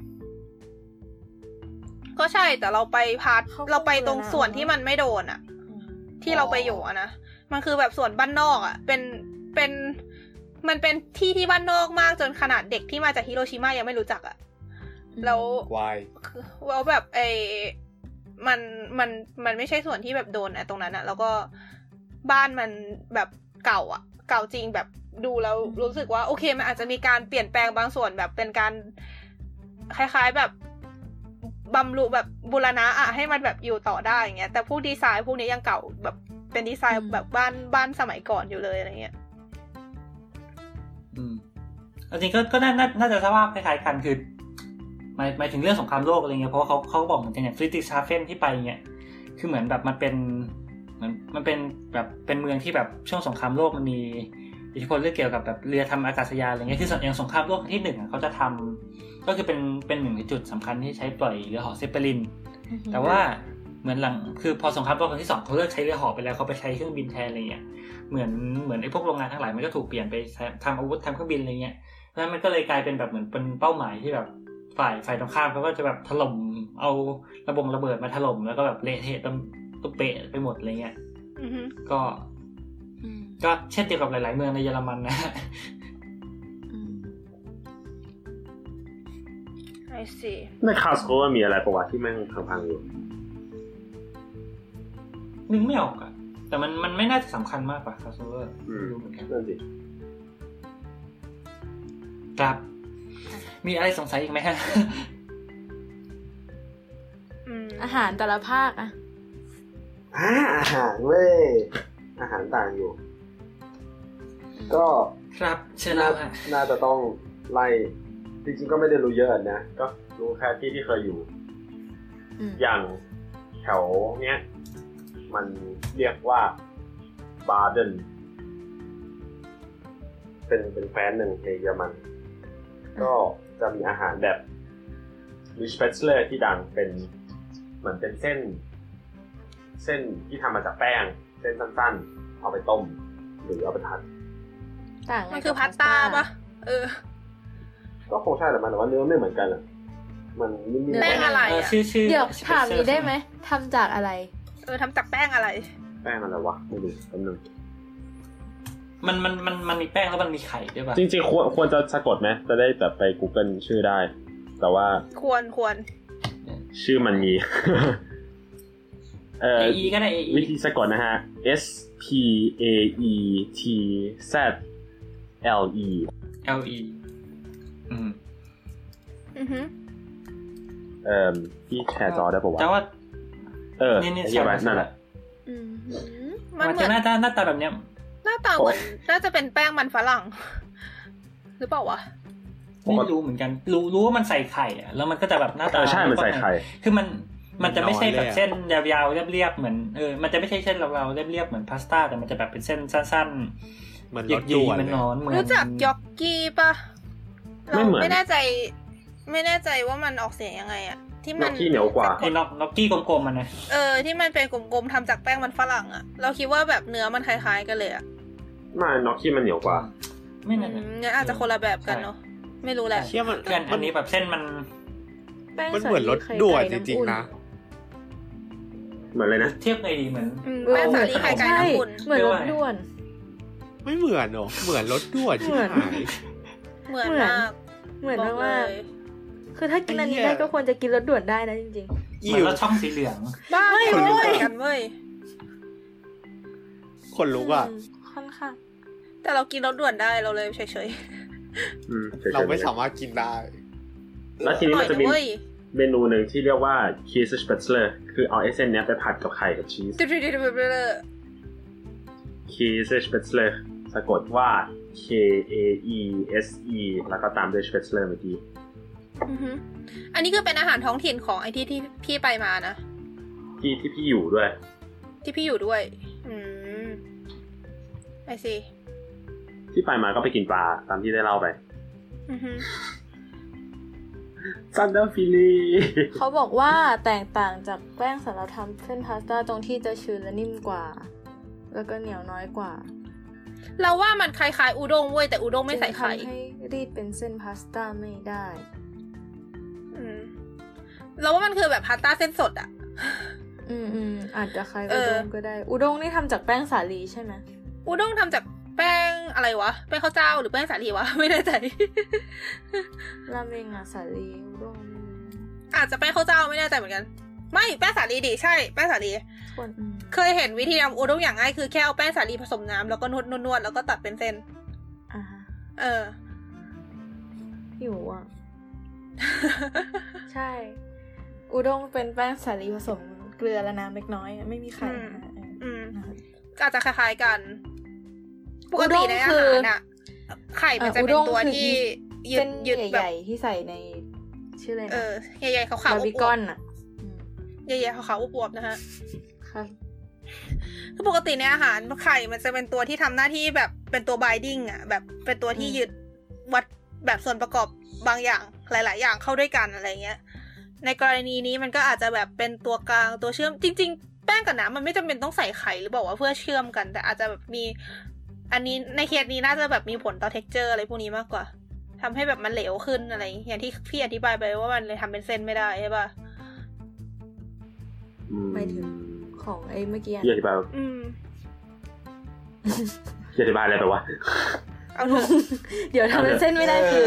ก็ใช่แต่เราไปพาร์ท เขาก็ เราไปตรง เบื่อนะ ส่วนที่มันไม่โดนอะที่เราไปอยู่อะนะมันคือแบบส่วนบ้านนอกอะเป็นเป็นมันเป็นที่ที่บ้านนอกมากจนขนาดเด็กที่มาจากฮิโรชิมายังไม่รู้จักอะแล้ว วาย แล้วแบบไอ้มันมันมันไม่ใช่ส่วนที่แบบโดนไอ้ตรงนั้นอะแล้วก็บ้านมันแบบเก่าอะเก่าจริงแบบดูแล้วรู้สึกว่า โอเค มันอาจจะมีการเปลี่ยนแปลงบางส่วนแบบเป็นการคล้ายๆแบบบำรุงแบบบูรณะอะให้มันแบบอยู่ต่อได้อย่างเงี้ยแต่พวกดีไซน์พวกนี้ยังเก่าแบบเป็นดีไซน์ อืม แบบบ้านบ้านสมัยก่อนอยู่เลยอะไรเงี้ย อืมเอาจริงก็ก็น่าน่าน่าจะสภาพคล้ายๆกันคือหมายหมายถึงเรื่องสงครามโลกอะไรเงี้ยเพราะว่าเขาเขาบอกเหมือนกันอย่างฟริติชาเฟนที่ไปเนี่ยคือเหมือนแบบมันเป็นเหมือนมันเป็นแบบเป็นเมืองที่แบบช่วงสงครามโลกมันมีอิทธิพลเรื่องเกี่ยวกับแบบเรือทำอากาศยานอะไรเงี้ยคืออย่างสงครามโลกครั้งที่หนึ่งอะเขาจะทำก็คือเป็นเป็นหนึ่งในจุดสำคัญที่ใช้ปล่อยเรือเหอเซปเปลิน อืม แต่ว่าเหมือนหลังคือพอสงครามโลกครั้งที่สองเขาเลิกใช้เรือหอไปแล้วเขาไปใช้เครื่องบินแทนอะไรเงี้ยเหมือนเหมือนไอ้พวกโรงงานทั้งหลายมันก็ถูกเปลี่ยนไปใช้ทำอาวุธทำเครื่องบินอะไรเงี้ยเพราะฉะนั้นมันก็เลยกลายเป็นแบบเหมือนเป็นเป้าหมายที่แบบฝ่ายฝ่ายตรงข้ามเขาก็จะแบบถล่มเอาระบงระเบิดมาถล่มแล้วก็แบบเละเทะต้องตุ๊เปะไปหมดอะไรเงี้ย อือฮึ ก็ อืม ก็เช่นเดียวกับหลาย ๆ เมืองในเยอรมันนะ see ในคาสโกว่ามีอะไรประวัติที่แม่งพังๆอยู่ <laughs> นึกไม่ออกอะแต่มันมันไม่น่าจะสำคัญมากกว่าคาสเวอร์ อืม รู้เหมือนกัน นั่นสิ ครับ มีอะไรสงสัยอีกไหมฮะ <laughs> อืม อาหารแต่ละภาคอะ อ่าอาหารเว้ยอาหารต่างอยู่ ก็ ครับเชิญ น่า เราค่ะ น่าจะต้องไล่จริงๆก็ไม่ได้รู้เยอะนะ ก็รู้แค่ที่ที่เคยอยู่ อืม อย่างแถวเนี้ย มันเรียกว่าบาเดนเป็นเป็นแคว้นหนึ่งในเยอรมัน ก็จะมีอาหารแบบลิชเปเซอร์ที่ดังเป็นเหมือนเป็นเส้น เส้นที่ทำมาจากแป้ง เส้นสั้นๆ เอาไปต้ม หรือเอาไปผัด ต่างไง มัน กับ คือพาสต้าปะเออ ก็คงใช่แหละมันแต่ว่าเนื้อไม่เหมือนกันอ่ะ มันนิ่มๆ แป้งอะไร เออ อะ ชื่อชื่อ เดี๋ยว ชื่อ ถามนี้ได้ไหมทำจากอะไร เออทำจากแป้งอะไร แป้งอะไรวะไม่รู้แป๊บนึง มันมันมันมันมีแป้งแล้วมันมีไข่ด้วยป่ะ จริงๆควรควรจะสะกดไหมจะได้แบบไป Google ชื่อได้ แต่ว่า ควรควร ชื่อมันมี <laughs> เอ่ เอ อ อีก็ได้เอ วิ อี ธีสะกดนะฮะ S P A E T Z L E เอลีอืม อือหือ เอ่อที่แชร์จอได้ปะวะ แต่ว่า เออ นี่นี่ ไอ้เหี้ย แชร์ วะ มา นั่นแหละ อืม มัน มัน เหมือจะน หน้าตาหน้าตาแบบเนี้ย หน้าตาเหมือนน่าจะเป็นแป้งมันฝรั่ง <laughs> หรือเปล่าวะ ปก ไม่ ติ รู้เหมือนกัน รู้รู้ว่ามันใส่ไข่อะแล้วมันก็จะแบบหน้า เอ ตา อใช่มันใส่ไข่ คือมันมันจะไม่ใช่แบบ น้อยเลยอะ เส้นยาวๆเรียบๆเหมือนเออมันจะไม่ใช่เส้นเราๆเรียบๆเหมือนพาสต้าแต่มันจะแบบเป็นเส้นสั้นๆ เหมือน ห ร ยิก ถ ยี ด่วน มันน เล อย นเหมือน รู้จักยอกกี้ปะ ไม่เหมือน แน่ใจ ไม่แน่ใจว่ามันออกเสียงยังไงอะที่ น มัน กขี้เหนียวกว่า ไอ้น็อกน็อกกี้กลมๆมันนะ เออที่มันเป็นกลมๆทำจากแป้งมันฝรั่งอะเราคิดว่าแบบเนื้อมันคล้ายๆกันเลยอะ ไม่น็อกขี้มันเหนียวกว่า ไม่ อืมน่าจะงั้นอาจจะคนละแบบกันเนาะไม่รู้แหละ ใช่ เชี่ยมัน เพื่อนอันนี้แบบเส้นมัน แป้ง มัน สา เหมือนรถ ไข่ ด่วนจ ไก่ำ ริง อุ่ ๆนะ เหมือนเลยนะ เทียบไงดีเหมือน อืม เออ แป้งสาลีไข่ไก่ ใช่ น้ำอุ่น เหมือนรถด่วน ไม่เหมือนหรอเหมือนรถด่วนชิบหาย เหมือน เหมือน มาก เหมือน บ มา อกเล ก ย ๆคือถ้ากินอันนี้ ไอ้เหี้ ได้ ย ก็ควรจะกินรถด่วนได้นะจริง เหมือนรถช่องสีเหลือง บ้า ไม่ ไม่ รู้ รู้เหมือนกันเว้ย คน ๆ ลุกอ่ะ มค่อนข้าง แต่เรากินรสด่วนได้เราเลยเฉย อืมฉยๆ เราไม่สามารถกินได้ แล้วที ๆอ นี้ ร่อมัย นจะ นะ มี เว้ย เมนูหนึ่งที่เรียกว่า cheese spätzle คือเอาไอเส้นเนี้ยไปผัดกับไข่กับชีส ดูดูดูดูดูดู คีเซชเป t เลอร์สะกดว่า K A E S E แล้วก็ตามด้วยเป t เลอร์เมื่อกี้ อือหืออันนี้คือเป็นอาหารท้องถิ่นของไอ้ที่ที่พี่ไปมานะ ที่ที่พี่อยู่ด้วย ที่พี่อยู่ด้วย อืมไอซี ที่ไปมาก็ไปกินปลา ตามที่ได้เล่าไปซันเดอร์ฟิลี เขาบอกว่าแตกต่างจากแป้งสำหรับทำเส้นพาสต้าตรงที่จะชื้นและนิ่มกว่า แล้วก็เหนียวน้อยกว่า เราว่ามันคล้ายๆอูด้งเว้ยแต่อูด้งไม่ใส่ไข่ จึงทำให้รีดเป็นเส้นพาสต้าไม่ได้ อืมเราว่ามันคือแบบพาสต้าเส้นสดอะ อืมอืมอาจจะคล้าย เอออุด้งก็ได้ อุด้งนี่ทำจากแป้งสาลีใช่ไหม อูด้งทำจากแป้งอะไรวะ แป้งข้าวเจ้าหรือแป้งสาลีวะ <laughs> ไม่แน่ใจ ราเมงอะสาลีอุด้ง อาจจะแป้งข้าวเจ้าไม่แน่ใจเหมือนกัน ไม่แป้งสาลีดิใช่แป้งสาลี ส่วนอืม เคยเห็นวิธีทำอูด้งอย่างง่ายคือแค่เอาแป้งสาลีผสมน้ำแล้วก็นวดนวดๆแล้วก็ตัดเป็นเส้น อ่าฮะ เออ หิวอ่ะ ใช่ อุด้งเป็นแป้งสาลีผสมเกลือและน้ำเล็กน้อยอะไม่มีไข่นะฮะ อืม เออนะคะ ก็อาจจะคล้ายๆกัน ปกติในอาหารน่ะ ไข่มันจะเป็นตัวที่ยื เส้ ด น ยืด ให แบบ ญ่ๆที่ใส่ในชื่ออะไรนะ เออใหญ่ๆขาวๆ บา อ ร์บี ว คอบ นอ่ะอืม ๆใหญ่ๆขาวๆอวบๆนะฮะ ครับ คือปกติในอาหารไข่มันจะเป็นตัวที่ทำหน้าที่แบบเป็นตัว binding อ่ะ แบบเป็นตัวที่ยึดวัดแบบส่วนประกอบบางอย่างหลาย ๆ อย่างเข้าด้วยกันอะไรเงี้ย ในกรณีนี้มันก็อาจจะแบบเป็นตัวกลางตัวเชื่อมจริง ๆ แป้งกับน้ำมันไม่จำเป็นต้องใส่ไข่หรือบอกว่าเพื่อเชื่อมกัน แต่อาจจะแบบมี อันนี้ในเคสนี้น่าจะแบบมีผลต่อเท็กเจอร์อะไรพวกนี้มากกว่าทำให้แบบมันเหลวขึ้นอะไร อย่างที่พี่อธิบายไปว่ามันเลยทำเป็นเส้นไม่ได้ใช่ปะ อืม หมายถึงของไอ้เมื่อกี้อะ <laughs> พี่อธิบาย อืม พี่อธิบายอะไรไปวะ เอาเถอะ เดี๋ยวทำเป็นเส้นไม่ได้คือ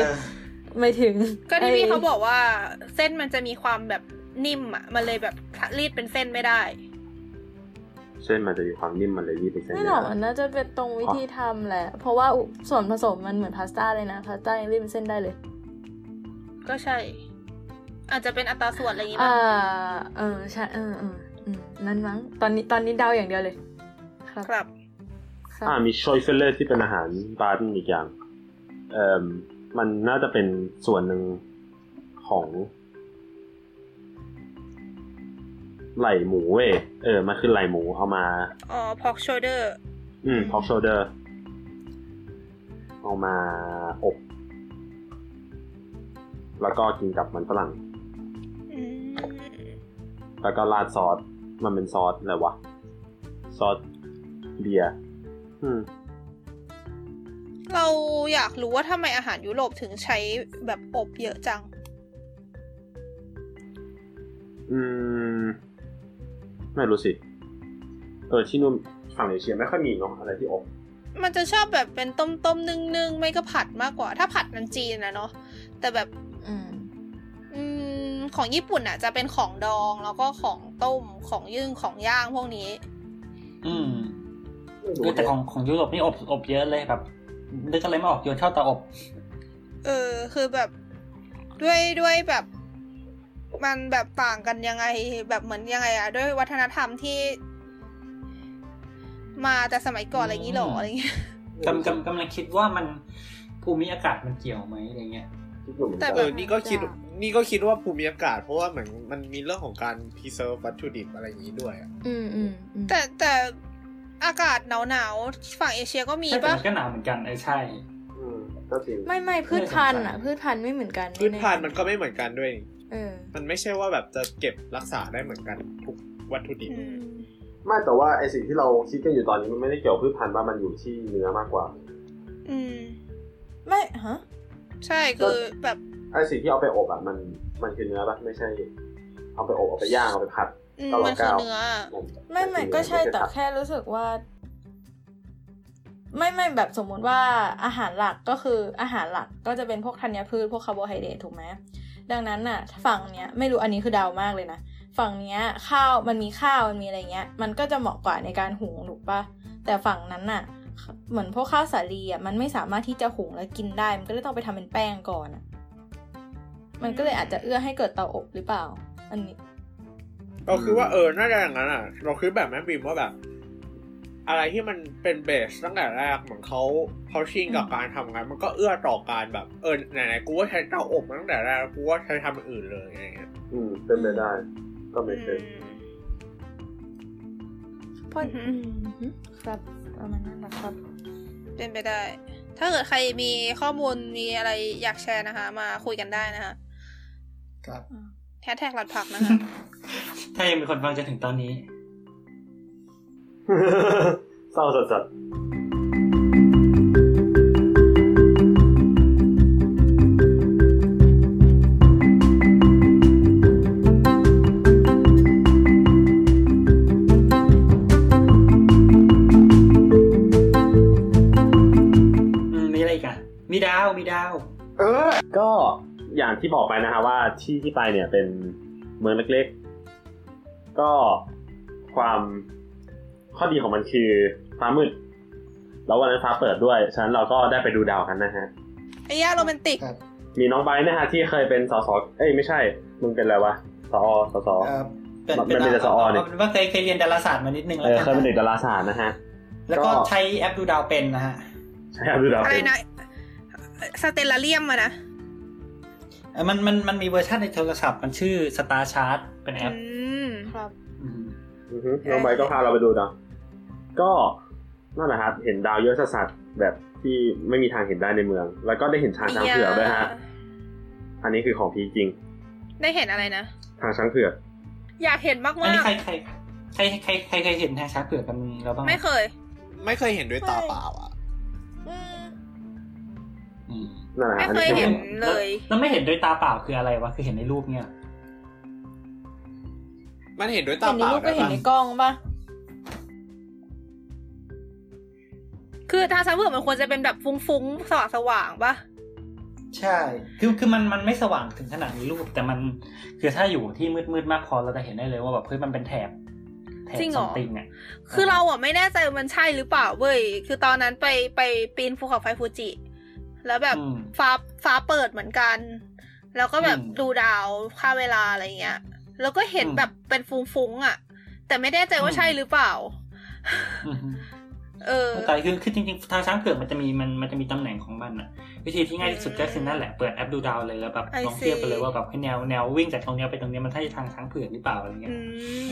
ไม่ถึง ก็ที่พี่ ไอ้ เขาบอกว่าเส้นมันจะมีความแบบนิ่มอ่ะ มันเลยแบบรีดเป็นเส้นไม่ได้ เส้นมันจะมีความนิ่มมันเลยยืดเป็นเส้น ไม่หรอก ด้ มันน่าจะเป็นตรงวิธีทำแหละ เพราะว่าอุส่วนผสมมันเหมือนพาสต้าเลยนะพาสต้ายังรีดเป็นเส้นได้เลย ก็ใช่ อาจจะเป็นอัตราส่วนอะไรอย่างงี้มั้ อ่าง เออใช่เออเอออืมนั่นมั้งตอนนี้ตอนนี้เดาอย่างเดียวเลย ครับ ครับ ครั อ่า บ มีชอยเฟลเลอร์ที่เป็นอาหารบาร์อีกอย่างเอ่มมันน่าจะเป็นส่วนหนึ่งของ ไหล่หมูเว้ยเออมันคือไหล่หมูเอามา อ๋อพอกโชเดอร์ อืม พอกโชเดอร์ เอามาอบ แล้วก็กินกับมันฝรั่ง แล้วก็ราดซอส มันเป็นซอสอะไรวะ ซอสเบียร์อืม เราอยากรู้ว่าทำไมอาหารยุโรปถึงใช้แบบอบเยอะจัง อืม ไม่รู้สิ เออ ที่นู่นฝั่งเอเชียไม่ค่อยมีเนาะอะไรที่อบ มันจะชอบแบบเป็นต้มต้มๆนึ่งนึ่งๆ ไม่ก็ผัดมากกว่า ถ้าผัดมันจีนนะเนาะแต่แบบ อืม อืมของญี่ปุ่นอ่ะ จะเป็นของดองแล้วก็ของต้มของยึ่งของย่างพวกนี้ อืมคือแต่ของของยุโรปนี่อบอบเยอะเลยแบบนึกอะไรไม่ออกโยนเข้าเตาอบ เออ คือแบบด้วยด้วยแบบ มันแบบต่างกันยังไง แบบเหมือนยังไงอะด้วยวัฒนธรรมที่ มาแต่สมัยก่อนอะไรอย่างนี้หรอ อืม อะไรเงี้ย <laughs> กำกำกำลังคิดว่ามันภูมิอากาศมันเกี่ยวไหมอะไรเงี้ย แต่ เอ แบบ อ นี่ก็คิด นี่ก็คิดว่าภูมิอากาศ เพราะว่าเหมือนมันมีเรื่องของการ preserve วัตถุดิบอะไรอย่างนี้ด้วยอะ อืมอืมอืม แต่แต่อากาศหนาวหนาวๆฝั่งเอเชียก็มี ใช่แต่ ปะ มันก็หนาวเหมือนกันเออใช่ อืมก็จริง ไม่ไม่พืชพันธุ์อ่ะ ไม่สงสัย พืชพันธุ์ไม่เหมือนกัน พื้นฐานมันก็ไม่เหมือนกันด้วยนี่ เออ มันไม่ใช่ว่าแบบจะเก็บรักษาได้เหมือนกันทุกวัตถุดิบ อืม ไม่แต่ว่าไอสิ่งที่เราคิดกันอยู่ตอนนี้มันไม่ได้เกี่ยวกับพืชพันธุ์ว่ามันอยู่ที่เนื้อมากกว่า อืม ไม่ฮะ ใช่คือแบบ ไอสิ่งที่เอาไปอบอ่ะมันมันคือเนื้อปะไม่ใช่ เอาไปอบเอาไปย่างเอาไปผัด อืม ตลอด มันคือ เก้า เนื้อ ไม่ไม่ก็ใช่แต่แค่รู้สึกว่า ไม่ไม่แบบสมมุติว่าอาหารหลักก็คืออาหารหลักก็จะเป็นพวกธัญพืชพวกคาร์โบไฮเดรตถูกไหมดังนั้นน่ะฝั่งเนี้ยไม่รู้อันนี้คือเดามากเลยนะ ฝั่งเนี้ยข้าวมันมีข้าวมันมีอะไรเงี้ย มันก็จะเหมาะกว่าในการหุงถูกปะแต่ฝั่งนั้นน่ะ เหมือนพวกข้าวสาลีอ่ะมันไม่สามารถที่จะหุงแล้วกินได้ มันก็เลยต้องไปทำเป็นแป้งก่อนอะมันก็เลยอาจจะเอื้อให้เกิดเตาอบหรือเปล่า อันนี้ เราคือว่าเออ น่าจะอย่างนั้นอ่ะ เราคิดแบบแม่บีมว่าแบบ อะไรที่มันเป็นเบสตั้งแต่แรกเหมือนเขาเขาชินกับ อืม การทำงาน มันก็เอื้อต่อการแบบเออไหนๆกูว่าใช้เตาอบมาตั้งแต่แรกกูว่าใช้ทำอย่างอื่นเลยอะไรอย่างเงี้ย อืมเป็นไปได้ ก็ไม่เป็น พอ อือหื ครับประมาณนั้นแหละครับ เป็นไปได้ ถ้าเกิดใครมีข้อมูลมีอะไรอยากแชร์นะคะ มาคุยกันได้นะคะ ครับ แฮชแท็กหลัดผักนะคะ ถ้ายังมีคนฟังจนถึงตอนนี้ เศร้าสัส อืมมีอะไรอีกอ่ะ มีดาวมีดาว ๆก็อย่างที่บอกไปนะฮะว่าที่ที่ไปเนี่ยเป็นเมืองเล็กๆ ก็ความข้อดีของมันคือฟ้ามืด แล้ววันนั้นฟ้าเปิดด้วย ฉะนั้นเราก็ได้ไปดูดาวกันนะฮะ ไอ้ย่าโรแมนติก ครับ มีน้องไบร์ทนะฮะที่เคยเป็นสสเอ้ยไม่ใช่ มึงเป็นอะไรวะสอสส เอ่อ มันเป็นแต่สอเนี่ย เป็นว่าเคยเคยเรียนดาราศาสตร์มานิดนึง เอ แล้ว อ กัน เคยเป็นเด็กดาราศาสตร์นะฮะ แล้วก็ ก็ ใช้แอปดูดาวเป็นนะฮะ ใช่ครับดูดาว อะไร เป็น นะสเตลลาเรียมอะนะ เออมันมันมันมีเวอร์ชันในโทรศัพท์มันชื่อ Star Chart เป็นแอป อืม ครับ อืม อือฮึน้องไบร์ทก็พาเราไปดูดาวก็นั่นแหละครับเห็นดาวเยอะสัสๆแบบที่ไม่มีทางเห็นได้ในเมือง แล้วก็ได้เห็นทางช้างเผือกด้วยฮะอันนี้คือของพีจริง ได้เห็นอะไรนะ ทางช้างเผือก อยากเห็นมา อันนี้ ก ใครใครใครใครใครเคยเห็นทางช้างเผือกกันแล้วบ้าง ๆ ไม่เคย ไม่เคยเห็นด้วยตาเปล่าอ่ะ อืม อืม นั่นแหละฮะอัน ไม่ นี้ เคย คือ เห็น เลย แวแล้วไม่เห็นด้วยตาเปล่าคืออะไรวะ คือเห็นในรูปเนี่ย มันเห็นด้วยตา เห็เปนในล่า รูปก็ ได้ เห็น ปะ ในกล้องปะ คือทาซาเวอร์มันควรจะเป็นแบบฟุ้งๆสว่างๆปะ ใช่ คือคือมันมันไม่สว่างถึงขนาดในรูป แต่มันคือถ้าอยู่ที่มืดมืดๆมากพอเราจะเห็นได้เลยว่าแบบเฮ้ยมันเป็นแถบแถบ จริงเห ส ร อ อ งติงอ่ะ คือเราอ่ะไม่แน่ใจว่ามันใช่หรือเปล่าเว้ย คือตอนนั้นไปไปปีนภูเขาไฟฟูจิ แล้วแบบ อืม ฟ้าฟ้าเปิดเหมือนกัน แล้วก็แบบ อืม ดูดาวค่าเวลาอะไรเงี้ย แล้วก็เห็น อืม แบบเป็นฟุ้งๆอ่ะ แต่ไม่แน่ใจว่า อืม ใช่หรือเปล่า อืม เออ เข้าใจคือคือจริงๆทางช้างเผือกมันจะมีมันมันจะมีตำแหน่งของมันอะวิธีที่ง่ายที่สุดก็คือนั่นแหละเปิดแอปดูดาวเลยแล้วแบบ I ลองเทียบไปเลย see ว่าแบบให้แนวแนววิ่งจากตรงเนี้ยไปตรงเนี้ยมันใช่ทางช้างเผือกหรือเปล่าอะไรเงี้ อื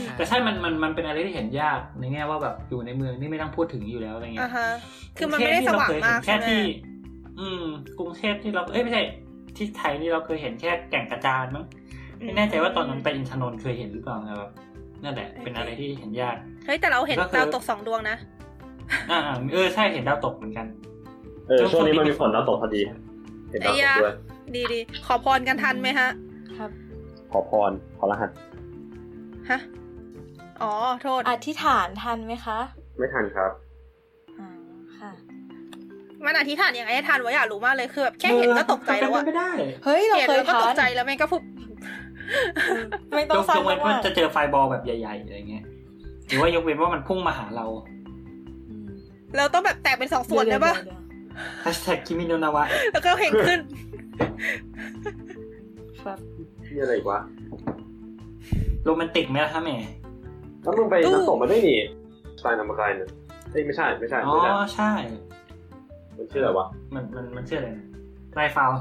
มยแต่ใช่มันมันมันเป็นอะไรที่เห็นยากในแง่ว่าแบบอยู่ในเมืองนี่ไม่ต้องพูดถึงอยู่แล้วอะไรเงี้ อ่าย ฮะ คือมันไม่ได้สว่างมาก แค่ ใช่ไหม ที่ อืม กรุงเทพที่เราเอ้ยไม่ใช่ที่ไทยนี่เราเคยเห็นแค่แก่งกระจานมั้งไม่แน่ใจว่าตอนนั้นไปอินทนนท์เคยเห็นหรือเปล่านะครับนั่นแหละเป็นอะไรที่เห็นยาก เฮ้ยแต่เราเห็น ก็คือ ดาวตกสองดวงนะ อ่าๆเออใช่เห็นดาวตกเหมือนกัน เออช่วงนี้มันมีฝนแล้วตกพอดี เห็นดาวตกด้วย ดีดีๆขอพรกันทันไหมฮะ ครับ ขอพรขอรหัส ฮะ อ๋อ โทษ อธิษฐานทันไหมคะ ไม่ทันครับ อ่าค่ะ มันอธิษฐานยังไงให้ทันวะอยากรู้มากเลยคือแบบแค่เห็นก็ตกใจแล้วอะ เออมันเป็นไปไม่ได้ เฮ้ย เรา เห็น เคย แล้วก็ ทา ตก น ใจแล้วแม่งก็ฟุบ ไม่ต้อย ง ก ฟัง ยกเว้น มา ว่าก จะเจอไฟบอลแบบใหญ่ๆอะไรเงี้ยหรือว่ายกเว้นว่ามันพุ่งมาหาเรา เราต้องแบบแตกเป็นสองส่วนได้ปะ เยวๆ แฮชแท็กคิมิโนนาวะ แล้วก็เห็นขึ้น ๆครับ นี่อะไรอีกวะ โรแมนติกไหมล่ะคะแหม่ แล้วมึงไป ตู้ น้ำตกมาด้วยนี่สไตล์นามกายเนี่ยเอ้ยไม่ใช่ไม่ใช่ อ๋อ ไม่ใช่ ใช่ มันชื่ออะไรวะ มันมันมันชื่ออะไรนะไรฟาว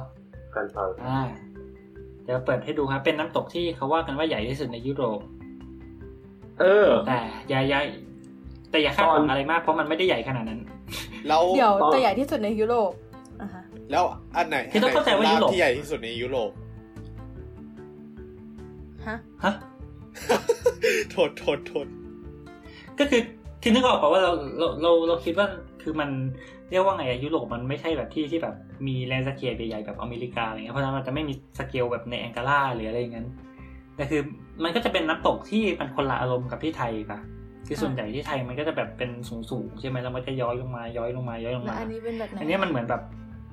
การฟัง อ่าเดี๋ยวเปิดให้ดูครับเป็นน้ำตกที่เขาว่ากันว่าใหญ่ที่สุดในยุโรป เออ แต่ใหญ่ใหญ่แต่อย่าคาดหวั ต ง อน อะไรมากเพราะมันไม่ได้ใหญ่ขนาดนั้น แล้ว เดี๋ยวแต่ใหญ่ที่สุดในยุโรปอ่าฮะ แล้วอันไหน คือต้องเข้าใจว่ายุโรป ที่ใหญ่ที่สุดในยุโรป ฮะ ฮะ โทษโทษโทษ ก็คือคือนึกออกป่าว่าเราเราเราเราคิดว่าคือมันเรียกว่าไงอะยุโรปมันไม่ใช่แบบที่ที่แบบมีแลนด์สเคปใหญ่ๆแบบอเมริกาอะไรเงี้ยเพราะฉะนั้นมันจะไม่มีสเกลแบบในแองการาหรืออะไรอย่างนั้นแต่คือมันก็จะเป็นน้ำตกที่มันคนละอารมณ์กับที่ไทยปะคือส่วน อ่า ใหญ่ที่ไทยมันก็จะแบบเป็นสูงๆใช่ไหมแล้วมันก็ย้อยลงมาย้อยลงมาย้อยลง แล้ว มา อันนี้เป็นแบบไหน อันนี้มันเหมือนแบบ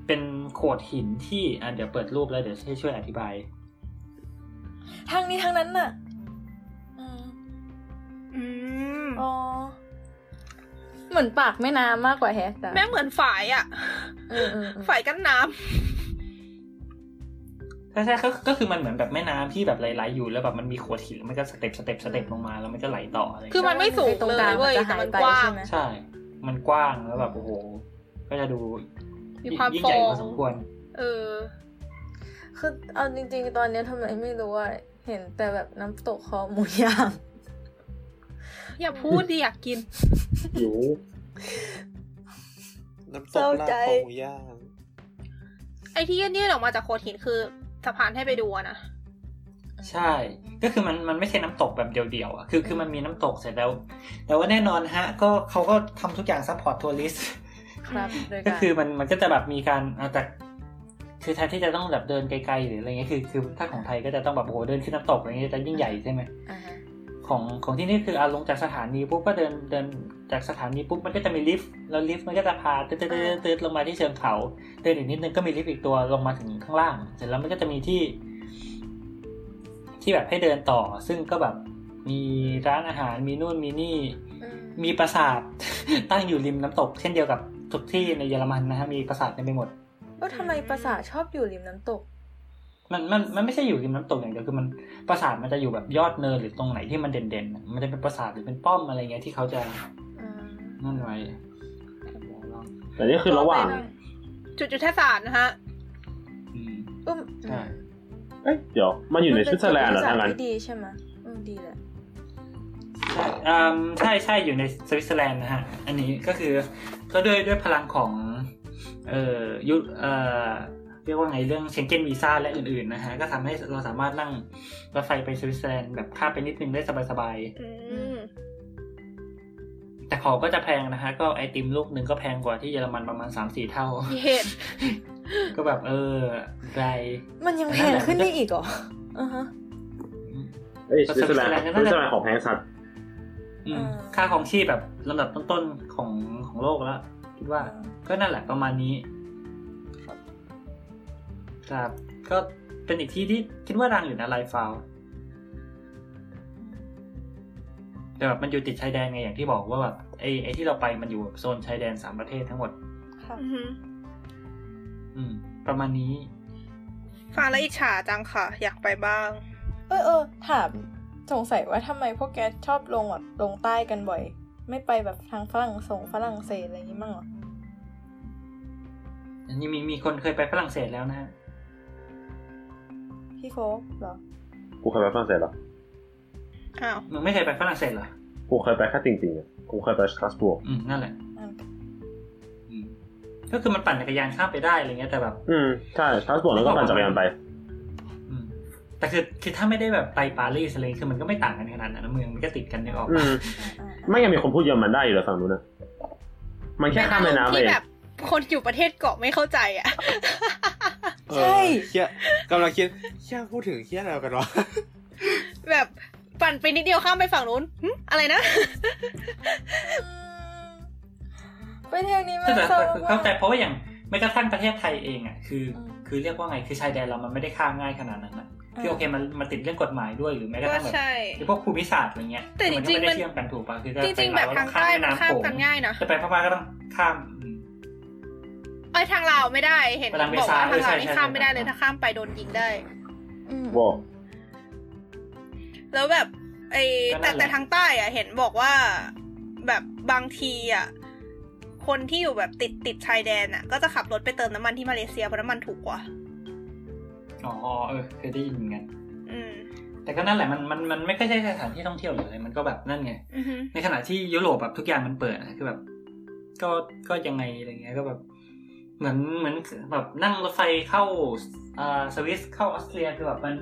เป็นโขดหินที่อ่ะเดี๋ยวเปิดรูปแล้วเดี๋ยวให้ช่วยอธิบาย ทางนี้ทางนั้นน่ะอืม อืม อ๋อ เหมือนปากแม่น้ำมากกว่าแฮะแต่ แม่งเหมือนฝายอะ เออเออเออ ฝายกั้นน้ำ ใช่ใช่ก็ก็คือมันเหมือนแบบแม่น้ำที่แบบไหลๆอยู่แล้วแบบมันมีโขดหินแล้วมันก็สเต็ปสเต็ปสเต็ปลงมาแล้วมันก็ไหลต่ออะไร คือมันไม่สูงเลยเว้ยแต่มันกว้าง ใช่ไหม ใช่ มันกว้างแล้วแบบโอ้โห ก็จะดู มีความ ยิ่งใหญ่ ฟอง พอสมควร เออ คือเอาจริง ๆ ตอนเนี้ยทำไมไม่รู้อ่ะเห็นแต่แบบน้ำตกคอหมูย่าง <laughs> อย่าพูดดิอยากกิน หิว น้ำต เศ ก ร้า ลา ใจ บคอหมูย่าง ไอ้ที่ยื่นๆออกมาจากโขดหินคือสะพานให้ไปดูอะนะ ใช่ ก็คือมันมันไม่ใช่น้ำตกแบบเดียวๆอ่ะคือคือมันมีน้ำตกเสร็จแล้ว แต่ว่าแน่นอนฮะ ก็เขาก็ทำทุกอย่างซัพพอร์ตทัวริส <laughs> ครับ อืม โดยาร ก็คือมันมันก็จะแบบมีการอ่ะแต่คือแทนที่จะต้องแบบเดินไกลๆหรืออะไรเงี้ยคือคือถ้าของไทยก็จะต้องแบบโอ้โหเดินขึ้นน้ำตกอะไรเงี้ยจะยิ่งใหญ่ใช่ไหม อ่าฮะ ของของที่นี่คืออาลงจากสถานีปุ๊บก็เดินเดินจากสถานีปุ๊บมันก็จะมีลิฟต์แล้วลิฟต์มันก็จะพาตืดตืดตืดตืดลงมาที่เชิงเขาเดินอีกนิดนึงก็มีลิฟต์อีกตัวลงมาถึงข้างล่าง เสร็จแล้วมันก็จะมีที่ ที่แบบให้เดินต่อ ซึ่งก็แบบมีร้านอาหารมีนู่นมีนี่ อืม มีปราสาท <laughs> ตั้งอยู่ริมน้ำตก เช่นเดียวกับทุกที่ในเยอรมันนะฮะมีปราสาทเต็มไปหมด แล้วทำไมปราสาทชอบอยู่ริมน้ำตก มันมันมันไม่ใช่อยู่ริมน้ำตกอย่างเดียวคือมันปราสาทมันจะอยู่แบบยอดเนินหรือตรงไหนที่มันเด่นๆน่ะมันจะเป็นปราสาทหรือเป็นป้อมอะไรเงี้ยที่เขาจะ อืม นั่นไว้ แต่นี่คือระหว่าง จุดยุทธศาสตร์นะฮะ อืม อืม ใช่ เอ้ยเดี๋ยว มันอยู่ในสวิตเซอร์แลนด์เหรอทาง มั นั้น เป็จุดยุทธศาสตที่ดีใช่ไหมอืมดีแหละ ใช่อืมใช่ใช่อยู่ในสวิตเซอร์แลนด์นะฮะ อันนี้ก็คือก็ด้วยด้วยพลังของ เอ่อยุเอ่อเรียกว่าไงเรื่องเชงเก้นวีซ่าและอื่นๆนะฮะ ก็ทำให้เราสามารถนั่งรถไฟไปสวิตเซอร์แลนด์แบบข้ามไปนิดนึงได้สบาย อืม ๆ แต่ของก็จะแพงนะฮะ ก็ไอติมลูกหนึ่งก็แพงกว่าที่เยอรมันประมาณ 3-4 <laughs> เท่า มีเหตุ ก็แบบเออไร มันยังแพงขึ้นได้อีกเหรออ่าฮะ เอ้ย ก็ สวิตเซอร์แลนด์ สวิตเซอร์แลนด์ก็ ส น่าจะ วิตเซอร์แลนด์ของแพงสัตว์ อืม อ่า ค่าของชีพแบบลำดับต้นๆของของโลกแล้ว คิดว่า ก็นั่นแหละประมาณนี้ ส ครับ ก็เป็นอีกที่ที่คิดว่าดังอยู่นะไลฟ์ฟาวแต่แบบมันอยู่ติดชายแดนไงอย่างที่บอกว่าแบบไอ้ไอ้ที่เราไปมันอยู่โซนชายแดนสามประเทศทั้งหมด ค่ะ อือหือ อืม ประมาณนี้ ฟังแล้วอิจฉาจังค่ะ อยากไปบ้าง เออเออถามสงสัยว่าทำไมพวกแกชอบลงแบบลงใต้กันบ่อย ไม่ไปแบบทางฝรั่งส่งฝรั่งเศสอะไรอย่างงี้มั้างเหรอ อันนี้มีมีคนเคยไปฝรั่งเศสแล้วนะฮะ พี่โฟกเหรอ กูเคยไปฝรั่งเศสเหรอ อ้าว มึงไม่เคยไปฝรั่งเศสเหรอ กูเคยไปแค่จริงๆอ่ะกูเคยไปสตราสบูร์ก อืมนั่นแหละ อืม อืมก็คือมันปั่นจักรยานข้ามไปได้อะไรเงี้ยแต่แบบ อืมใช่สตราสบูร์กแล้วก็ปั่นจักรยานไป อืมแต่คือคือถ้าไม่ได้แบบไปปารีสอะไรคือมันก็ไม่ต่างกันขนาดนั้นนะเมืองมันก็ติดกันนึกออก อื ปะ ม อ่า ไม่ยังมีคนพูดเยอรมันได้อยู่เหรอฝั่งนู้นนะมันแค่ข้ามแม่น้ำเอ ที่ ง แบบคนอยู่ประเทศเกาะไม่เข้าใจอ่ะ เอ ใช่ อเฮียกำลังคิดเฮียพูดถึงเฮียอะไรกันวะ แบบปั่นไปนิดเดียวข้ามไปฝั่งนู้นหึอะไรนะ ไปเที่ยวนี้มัน แต่แต่ เศร้า แต่คือ มา เข้าก ใจเพราะว่าอย่างไม่กระทั่งประเทศไทยเองอ่ะคือ อืม คือเรียกว่าไงคือชายแดนเรามันไม่ได้ข้ามง่ายขนาดนั้นนะคือโอเคมันมันติดเรื่องกฎหมายด้วยหรือแม้กระ ก็ ทั่งแบบ ใช่ ไอ้พวกภูมิศาสตร์อะไรเงี้ย แต่จริงๆ มันก็มันไม่ได้เชื่อมกันถูกปะคือ จริง ๆ แบบทางใต้มันข้ามกันง่ายนะ จะไปพม่าก็ต้องข้ามอืม ไอ้ยทางลาวไม่ได้ เห็น เวลาไม่ บอกว่าทาซ้ายงลาว ใช่ นี่ ใช่ ข้ามไม่ได้เลย ใช่ ถ้าข้ามไปโดนยิงได้ อืม บอก แล้วแบบไอ้ ก็แต่นั่นแหละ แต่ทางใต้อ่ะ เห็นบอกว่าแบบบางทีอ่ะคนที่อยู่แบบติดติดชายแดนอ่ะ ก็จะขับรถไปเติมน้ำมันที่มาเลเซียเพราะน้ำมันถูกกว่า อ๋อเออเคยได้ยินเหมือนกัน อืม แต่ก็นั่นแหละมันมันมันไม่ใช่แค่สถานที่ท่องเที่ยวหรืออะไรมันก็แบบนั่นไง อือฮึ ในขณะที่ยุโรปแบบทุกอย่างมันเปิดนะคือแบบ ก็ก็ยังไงอะไรเงี้ยก็แบบ เหมือนเหมือนแบบนั่งรถไฟเข้าอ่าสวิสเข้าออสเตรียคือแบบมัน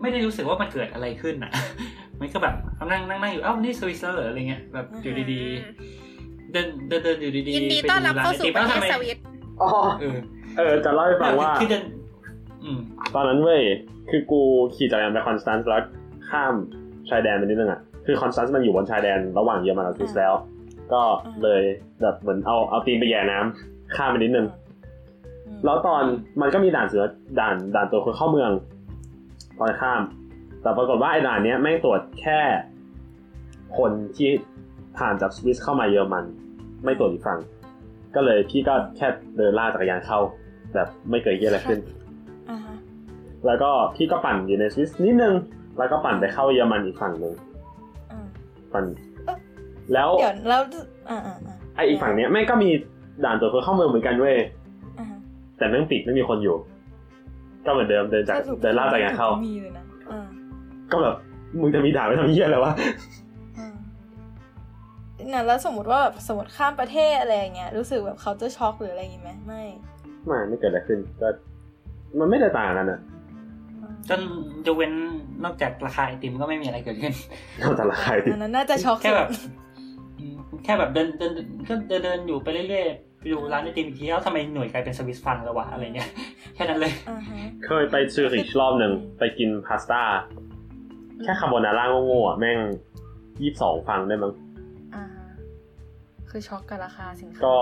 ไม่ได้รู้สึกว่ามันเกิดอะไรขึ้นอ่ะ <laughs> มันก็แบบเอานั่งนั่งนั่งอยู่เอ้านี่สวิสแล้วเหรออะไรเงี้ยแบบอยู่ดีๆ เดินเดินเดินอยู่ดีๆ ยินดีต้อนรับเข้าสู่ประเทศ ไปดูานสไอติมอ้าทำไมวิต อ๋อ เออ เออ จะเล่าให้ฟังว่า คือเดินอืม ตอนนั้นเว้ย คือกูขี่จักรยานไปคอนสแตนซ์แล้วข้ามชายแดนไปนิดนึงอ่ะ คือคอนสแตนซ์มันอยู่บนชายแดนระหว่างเยอรมันกับสวิสแล้ว ก็เลยแบบเหมือนเอาเอาตีนไปแย่น้ำข้ามไปนิดนึง อืม แล้วตอนมันก็มีด่านเสือด่านด่านตรวจคนเข้าเมือง ตอนข้าม แต่ปรากฏว่าไอ้ด่านเนี้ยไม่งตรวจแค่ คนที่ผ่านจากสวิสเข้ามาเยอรมัน ไม่ตรวจอีกฝั่งก็เลยพี่ก็แค่เดินล่ากจักรยานเข้า แบบไม่เกิดเหี้ยอะไรขึ้น อ่าฮะ แล้วก็พี่ก็ปั่นอยู่ในสวิสนิดนึง แล้วก็ปั่นไปเข้าเยอรมันอีกฝั่งหนึ่ง อ่า ปั่นแล้ว เดี๋ยวแล้วอ่าอ่าอ่า ไออีกฝั่งเนี้ยแม่งก็มีด่านตรวจคนเข้าเมืองเหมือนกันเว้ย อ่าฮะ แต่แม่งปิดไม่มีคนอยู่ ก็เหมือนเดิมเดินจาก สรุป เดินล่ากจักร <laughs> ยานเข้า มีเลยนะอ่า ก็แบบมึงจะมีด่าไปทำเยี่ยอะไรวะ อืมนั่นแล้วสมมติว่าแบบสมมติข้ามประเทศอะไรอย่างเงี้ยรู้สึกแบบเขาจะช็อกหรืออะไรอย่างงี้ไหมไม่ ไม่ไม่เกิดอะไรขึ้นก็มันไม่ได้ต่างกันอ่ะ จนยกเว้นนอกจากราคาไอติมก็ไม่มีอะไรเกิดขึ้น เอาแต่ละใครดิ อันนั้นน่าจะช็อก แค่แบบ สุด อืมแค่แบบเดินเดินก็เดินเดินอยู่ไปเรื่อยๆไปดูร้านไอติมอีกทีเอ้าทำไมหน่วยกลายเป็นสวิสฟังแล้ววะอะไรเงี้ย แค่นั้นเลย อ่าฮะ เคยไปซูริชรอบหนึ่งไปกินพาสต้า แค่คาโบนาร่าโง่ๆอ่ะแม่งยี่สิบสองฟังได้มั้ง อ่าฮะคือช็อกกับราคาสินค้า ก็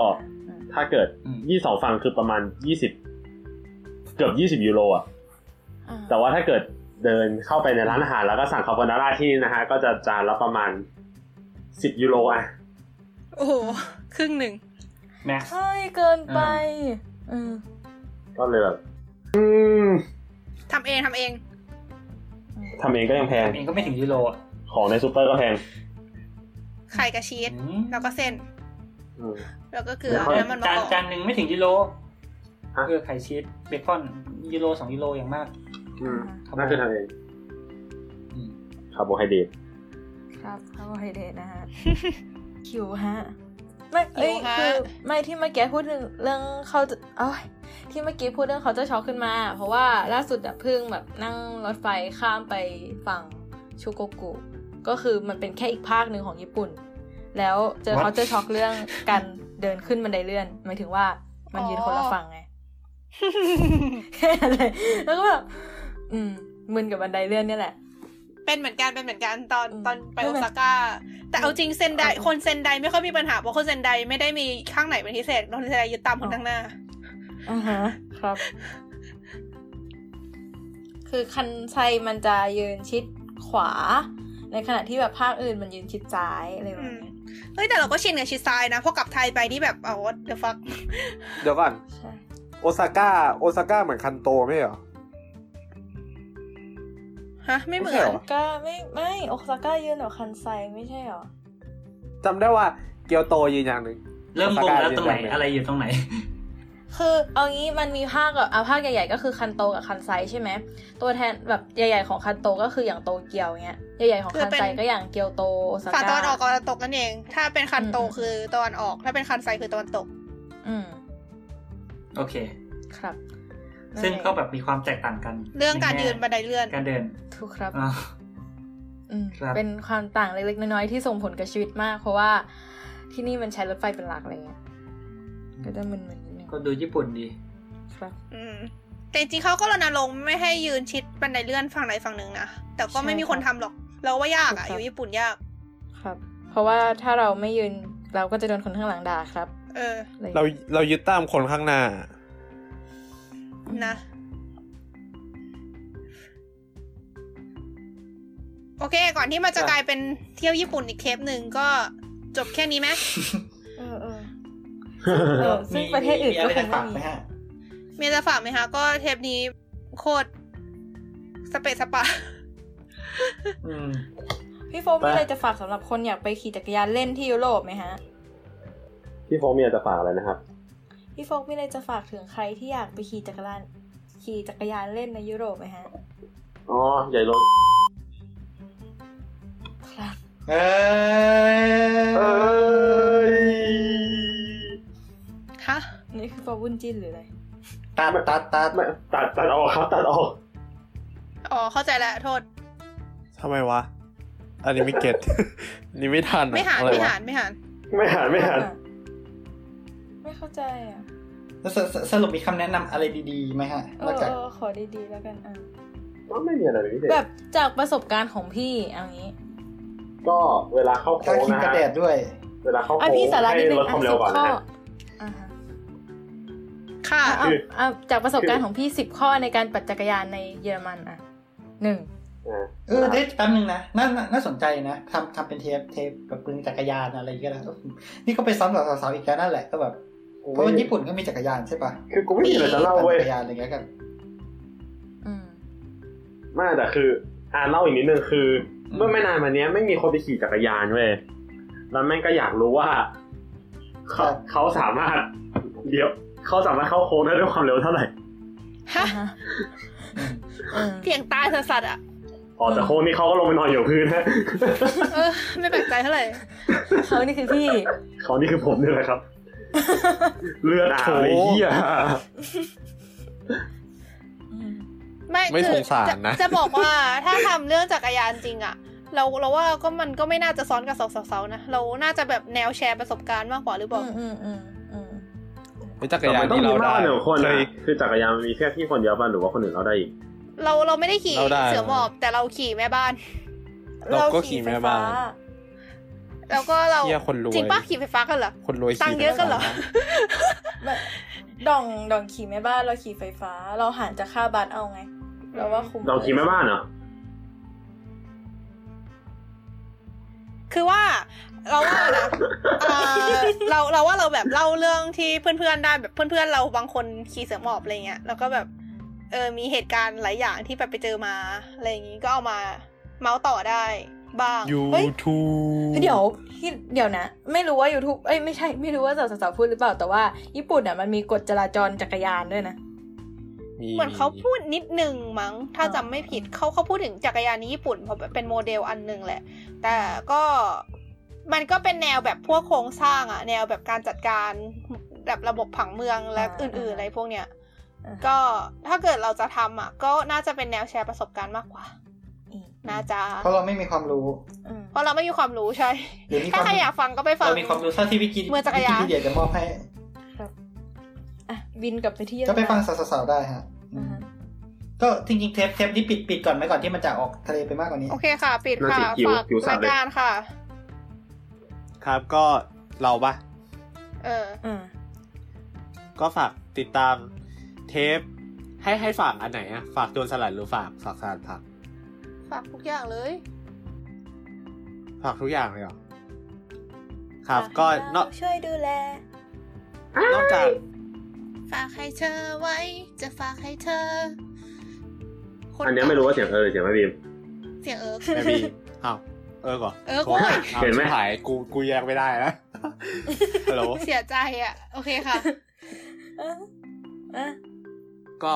อืม ถ้าเกิด อืม ยี่สองฟังคือประมาณยี่สิบเกือบยี่สิบ20 ยูโรอ่ะ อ่ฮะ แต่ว่าถ้าเกิดเดินเข้าไปในร้านอาหารแล้วก็สั่งคาโบนาร่าที่นี่นะฮะ ก็จะจานละประมาณสิบยูโรอ่ะ โอ้โหครึ่งหนึ่ง แม็กซ์ ใช่เกินไปเออ ก็เลยแบบอืม ทำเองทำเอง ทำเองก็ยังแพง เองก็ไม่ถึงยูโรอ่ะ ของในซูเปอร์ก็แพง ไข่กับชีส อืม แล้วก็เส้น อืม แล้วก็เกลือ เดี๋ยวค่อย แล้วมันมะ จาน กอก จานหนึ่งไม่ถึงยูโร ฮะ เออไข่ชีสเบคอนยูโรสองยูโรอย่างมาก อืม ครับ น่าจะทำเอง อืม คาร์โบไฮเดรต ครับคาร์โบไฮเดรตนะฮะคิวฮะไม่เอ้ยคือไม่ที่เมื่อกี้พูดถึงเรื่องเขาจะเอ้ยที่เมื่อกี้พูดเรื่องเขาจะช็อกขึ้นมา เพราะว่าล่าสุดอะเพิ่งแบบนั่งรถไฟข้ามไปฝั่ง ชูโกกุ ก็คือมันเป็นแค่อีกภาคหนึ่งของญี่ปุ่น แล้วเจอเขาเจอช็อกเรื่องการเดินขึ้นบันไดเลื่อน หมายถึงว่ามันยืนคนละฝั่งไง <laughs> แค่นั้นเลยแล้วก็แบบอืมมึนกับบันไดเลื่อนเนี่ยแหละ เป็นเหมือนกันเป็นเหมือนกันตอน อืม ตอนไป ไม่ โอ เป็น ซาก้า แต่เอาจริงเซนได อ่ะ คนเซนไดไม่ค่อยมีปัญหาเพราะคนเซนไดไม่ได้มีข้างไหนเป็นพิเศษคนเซนไดยึดตามคน อ๋อ ข้างหน้า อ่าฮะครับ คือคันไซมันจะยืนชิดขวา ในขณะที่แบบภาคอื่นมันยืนชิดซ้ายอะไรแบบนี้ย เฮ้ยแต่เราก็ชินกับชิดซ้ายนะพอกลับไทยไปนี่แบบเอาเดอะฟัก เดี๋ยวก่อน ใช่ โอซาก้า โอซาก้าเหมือนคันโตไม่เหรอ ฮะ ไม่เหมื ไม่ อ ใช่ น หรอ ก็ไม่ไม่โอซาก้ายืนกว่าคันไซไม่ใช่หรอ จำได้ว่าเกียวโตยืนอย่างหนึ่ง เริ่มงงแล้ว โอซาก้า ตรงไหน ยืนยันเลย อะไรอยู่ตรงไหน <laughs> คือเอางี้มันมีภาคแบบเอาภาคใหญ่ ๆ ก็คือคันโตกับคันไซใช่ไหมตัวแทนแบบใหญ่ ๆ ของคันโตก็คืออย่างโตเกียวเงี้ยใหญ่ๆของคันคือไซเป็น ก็อย่างเกียวโตโอซา ฝั่งตะก้าวันออกกับตะวันตกนั่นเอง ถ้าเป็นคันโต อืม คือตะวันออก ถ้าเป็นคันไซคือตะวันตก อืม โอเค ครับ ซึ่งก็แบบมีความแตกต่างกัน เรื่องการยืนบันไดเลื่อน การเดิน ถูกครับ อ่า อืม ครับ เป็นความต่างเล็กๆ น้อยๆ ที่ส่งผลกับชีวิตมาก เพราะว่าที่นี่มันใช้รถไฟเป็นหลักอะไรเงี้ยก็จะมึนๆนิดนึง ก็ดูญี่ปุ่นดี ครับ อืมแต่จริงๆเขาก็รณรงค์ไม่ให้ยืนชิดบันไดเลื่อนฝั่งไหนฝั่งหนึ่งนะ แต่ก็ไม่มีคนทำหรอก เราว่ายากอะ ใช่ อ ครับ ยู่ญี่ปุ่นยาก ครับ เพราะว่าถ้าเราไม่ยืนเราก็จะโดนคนข้างหลังด่าครับ เออ อะไร เราเรายึดตามคนข้างหน้า นะ โอเค ก่อนที่มันจะ ครับ กลายเป็นเที่ยวญี่ปุ่นอีกเทปหนึ่งก็จบแค่นี้ไหม เออ <laughs> เออ เออซึ่งประเทศอื่น มีอะไร ก็ค จะ ง ฝาก ไม่ ไหม มี ฮะ มีจะฝากไหมคะ ก็เทปนี้โคตรสเปซสปะ <laughs> อืม พี่โฟมมีอะไรจะฝากสำหรับคนอยากไปขี่จักรยานเล่นที่ยุโรปไหมฮะ พี่โฟมีอะไรจะฝากอะไรนะครับ พี่โฟกมีอะไรจะฝากถึงใครที่อยากไปขี่จักรยานขี่จักรยานเล่นในยุโรปไหมฮะ อ๋อใหญ่ลง ครับ เอ้ เอ้ ย ย ฮะ นี่คือโฟกวุ่นจิ้นหรืออะไร ตัดตัดตัด ไม่ตัดตัดออกครับตัดออก อ๋อ เข้าใจแล้ว โทษ ทำไมวะ อันนี้ไม่เก็ต <laughs> อันนี่ไม่ทันอะ ไม่หาน อะไร ไม่ วะ หานไม่หาน ไม่หันไม่หัน ไม่เข้าใจอ่ะ แล้วสสสรุปมีคำแนะนำอะไรดีๆไหมฮะ เอน อ อก จาก เออขอดีๆแล้วกันอ่ะ ก็ไม่มีอะไรเป็นพิเศษ แบบจากประสบการณ์ของพี่เอางี้ ก็เวลาเข้า ก็ โค้ง คิด นะ กระ ฮะ แดดด้วย เวลาเข้า อ่ะ โค้ง พี่สาระนิดนึ ให้ ง ลดอ่ะสิบความเร็วก่อน ข้ นะ อ ฮะ อ่ะฮะ ค่ะ อ่ะเอา คือ เอาจากประสบการณ์ของพี่สิบข้อในการปั่นจักรยานในเยอรมันอ่ะหนึ่ง อ่า เออเด็แป๊บนึงนะน่าน่าน่าสนใจนะทำทำเป็นเทปเทปแบบปืนจักรยานอะไรก็แล้วนี่ก็ไปซ้ำกับสาวๆอีกแล้วนั่นแหละก็แบบ โอ้ย เพราะว่าญี่ปุ่นก็มีจักรยานใช่ปะ คือกูไม่มีอะไรจะเล่าเว้ย ปั่นจักรยานอะไรเงี้ยกัน อืม ไม่แต่คืออ่าเล่าอีกนิดนึงคือ เมื่อไม่นานมาเนี้ยไม่มีคนไปขี่จักรยานเว้ยแล้วแม่งก็อยากรู้ว่าเขาเขาสามารถ เดี๋ยวเขาสามารถเข้าโค้งได้ด้วยความเร็วเท่าไหร่ ฮะ อ่ะฮะอืม เถียงตายสัสๆอ่ะ ออกจากโค้งนี่เขาก็ลงไปนอนอยู่กับพื้นนะ เออ ไม่แปลกใจเท่าไหร่ เขานี่คือพี่ เขานี่คือผมนี่ <laughs> แหละครับ เลือดอาบเลยเหี้ย อืม ไม่ ไม่ คือ สงสาร จะ นะ จะบอกว่าถ้าทำเรื่องจักรยานจริงอะเราเราว่าก็มันก็ไม่น่าจะซ้อนกับสาวๆนะ เราน่าจะแบบแนวแชร์ประสบการณ์มากกว่าหรือเปล่า อืมอืมอืม ไอ้จักร แต่ ยา มัน นต้อง ที่ มี เรา มาก ได้ กว่าหนึ่งคน เค นะ ย คือจักรยานมันมีแค่พี่คนเดียวป่ะหรือว่าคนอื่นเราได้อีก เราเราไม่ได้ขี่ เราได้ เสือหมอบแต่เราขี่แม่บ้าน เราก็ขี่แม่บ้าน เรขี่ไฟฟ้ แล้วก็เรา เหี้ยคนรวย จริงป้าขี่ไฟฟ้ากันเหรอ คนรวย ตังค์เยอะกันเหรอ แบบดองดองขี่แม่บ้านเราขี่ไฟฟ้า เราหันจะค่าบัตรเอาไง เราว่าคุ้ม เราขี่แม่บ้านเหรอ คือว่าเราว่านะ <laughs> เอ่อเราเราว่าเราแบบเล่าเรื่องที่เพื่อนๆได้แบบเพื่อนๆเราบางคนขี่เสือหมอบอะไรเงี้ยแล้วก็แบบเออมีเหตุการณ์หลายอย่างที่แบบไปเจอมาอะไรอย่างงี้ก็เอามาเมาส์ต่อได้บ้าง ยู เฮ้ย ทู เดี๋ยวที่เดี๋ยวนะ ไม่รู้ว่า YouTube เอ้ยไม่ใช่ไม่รู้ว่าสาวสาวๆพูดหรือเปล่าแต่ว่า ญี่ปุ่นอ่ะมันมีกฎจราจรจักรยานด้วยนะ เหมือนเขาพูดนิดนึงมั้ง ถ้าจำไม่ผิดเขาเขาพูดถึงจักรยานในญี่ปุ่นเพราะเป็นโมเดลอันหนึ่งแหละ แต่ก็มันก็เป็นแนวแบบพวกโครงสร้างอะแนวแบบการจัดการแบบระบบผังเมืองและ อ่า อื่นๆ อะไรพวกเนี้ย อ่า ก็ถ้าเกิดเราจะทำอะก็น่าจะเป็นแนวแชร์ประสบการณ์มากกว่า อืม น่าจะ เพราะเราไม่มีความรู้ อืม เพราะเราไม่มีความรู้ใช่ หรือมีถ้าคาวม ใครอยากฟังก็ไปฟัง เรามีความรู้เท่าที่วิกิ เมื่อจักรยาน วิกิพีเดียจะมอบให้ อ่ะบินกลับไปที่เยอร ก็ มัน ไปฟังสาวๆได้ฮะอื อ่าม ฮะ ก็จริงๆเทปเทปนี้ปิดปิดก่อนไหมก่อนที่มันจะออกทะเลไปมากกว่านี้ โอเคค่ะ ปิดค่ะ น่าจะหิว ฝาก หิวสั รา ตยว์เลย การค่ะ ครับก็เราปะ เออ อืม ก็ฝากติดตามเทป ให้ให้ฝากอันไหนอะฝากโจรสลัดหรือฝากฝากสลัดผัก ฝากทุกอย่างเลย ฝากทุกอย่างเลยเหรอครับก็นอก ช่วยดูแล นอก <laughs> จาก ฝากให้เธอไว้ จะฝากให้เธอ อันเนี้ยไม่รู้ว่าเสียงเออหรือเสียงแม่บีม เสียงเอิร์ก แม่บีม อ้าวเออก่อน เออกู เห็นไหม หายกูกูแยกไม่ได้นะ <laughs> ฮัลโหล เสียใจอ่ะ โอเคค่ะ ก็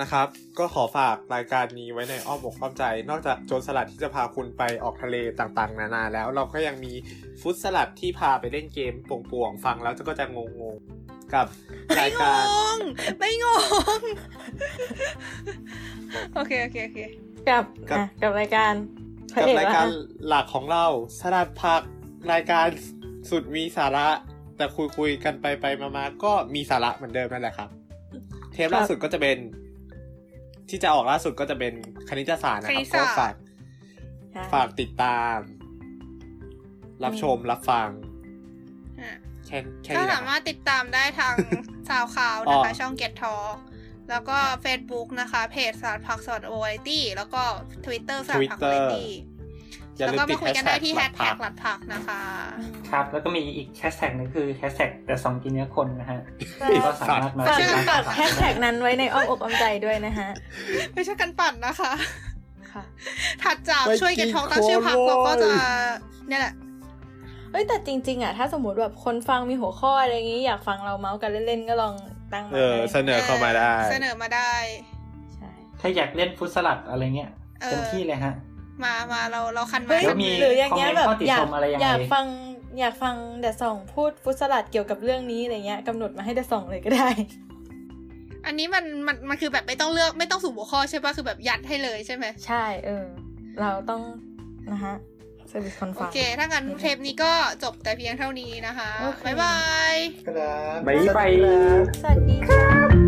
นะครับ ก็ขอฝากรายการนี้ไว้ในอ้อมอกอ้อมใจ นอกจากโจรสลัดที่จะพาคุณไปออกทะเลต่างๆ นานาแล้ว เราก็ยังมีฟุตสลัดที่พาไปเล่นเกมป่วงๆฟังแล้วก็จะงงๆกับ ไม่ ราย ง การ ง ไม่งง โอเค โอเค โอเค กับอ่ะกับรายการพะ กับ เอ รายการ ว่อ่ะ หลักของเราสลัดผักรายการสุดมีสาระ แต่คุยๆกันไปไปๆมาๆก็มีสาระเหมือนเดิมนั่นแหละครับ เทปล่าสุดก็จะเป็น ที่จะออกล่าสุดก็จะเป็นคณิตศาสตร์นะค ค รั ณิ บ ต ก็ ศาสตร์ ฝาก ใช่ ฝากติดตาม รับชมรับฟัง อ่ะ แค่แค่ ก็ นี้แห สา ละค มา รับ รถติดตามได้ <laughs> ทาง สาวข่าวนะคะ อ๋อ ช่องเก็ตทอแล้วก็ Facebook นะคะ เพจสารพักสดโอไอตี้แล้วก็ Twitter สารพักโอไอตี้ อย่า แล้ว ลืม ก็ ติ มา ด คุ แฮ ย ช กัน แท็ ได้ ก ที่ ห แฮ ลั ช ก แท็ พั ก ก หลัดผักนะคะ <laughs> ครับ แล้วก็มีอีกแฮชแท็กนึงคือแฮชแท็กแต่ซองกินเนื้อคนนะฮะ ก็สามารถมา ฝาก ติด ฝา ตาก ม แฮชแท็กนั้นไว้ในอ้อมอกอ้อมใจด้วยนะฮะ ไม่ใช่วยกันปั่นนะคะ ค่ะ ถัดจากช่วยเก็ตทองตั้งชื่อพักเราก็จะเนี่ยแหละ เอ้ยแต่จริงๆอ่ะถ้าสมมติแบบคนฟังมีหัวข้ออะไรอย่างงี้อยากฟังเราเมาส์กันเล่นๆก็ลองตั้งมา เออ ได้ เสนอเข้ามาได้ เสนอมาได้ ใช่ ถ้าอยากเล่นฟุตสลัดอะไรเงี้ย เออ เต็มที่เลยฮะ มามาเราเราคันไมา เฮ้ย ดี๋ยวมี หรืออย่างเงี้ย คอมเมนต์ แบบ ข้อติ อยาก ชมอะไรยังไง อยากฟังอยากฟังเดอะสองพูดฟุตสลัดเกี่ยวกับเรื่องนี้อะไรเงี้ยกำหนดมาให้เดอะสองเลยก็ได้ อันนี้มันมันมันคือแบบไม่ต้องเลือกไม่ต้องสุ่มหัวข้อใช่ปะคือแบบยัดให้เลยใช่ไหม ใช่เออ เราต้องนะฮะเซอร์วิสคน โอ ฟัง เค ถ้างั้นเทปนี้ก็จบแต่เพียงเท่านี้นะคะ โอเค บ๊ายบาย ครับ บ๊ายบาย สวัสดีครับ สวัสดีค่ะ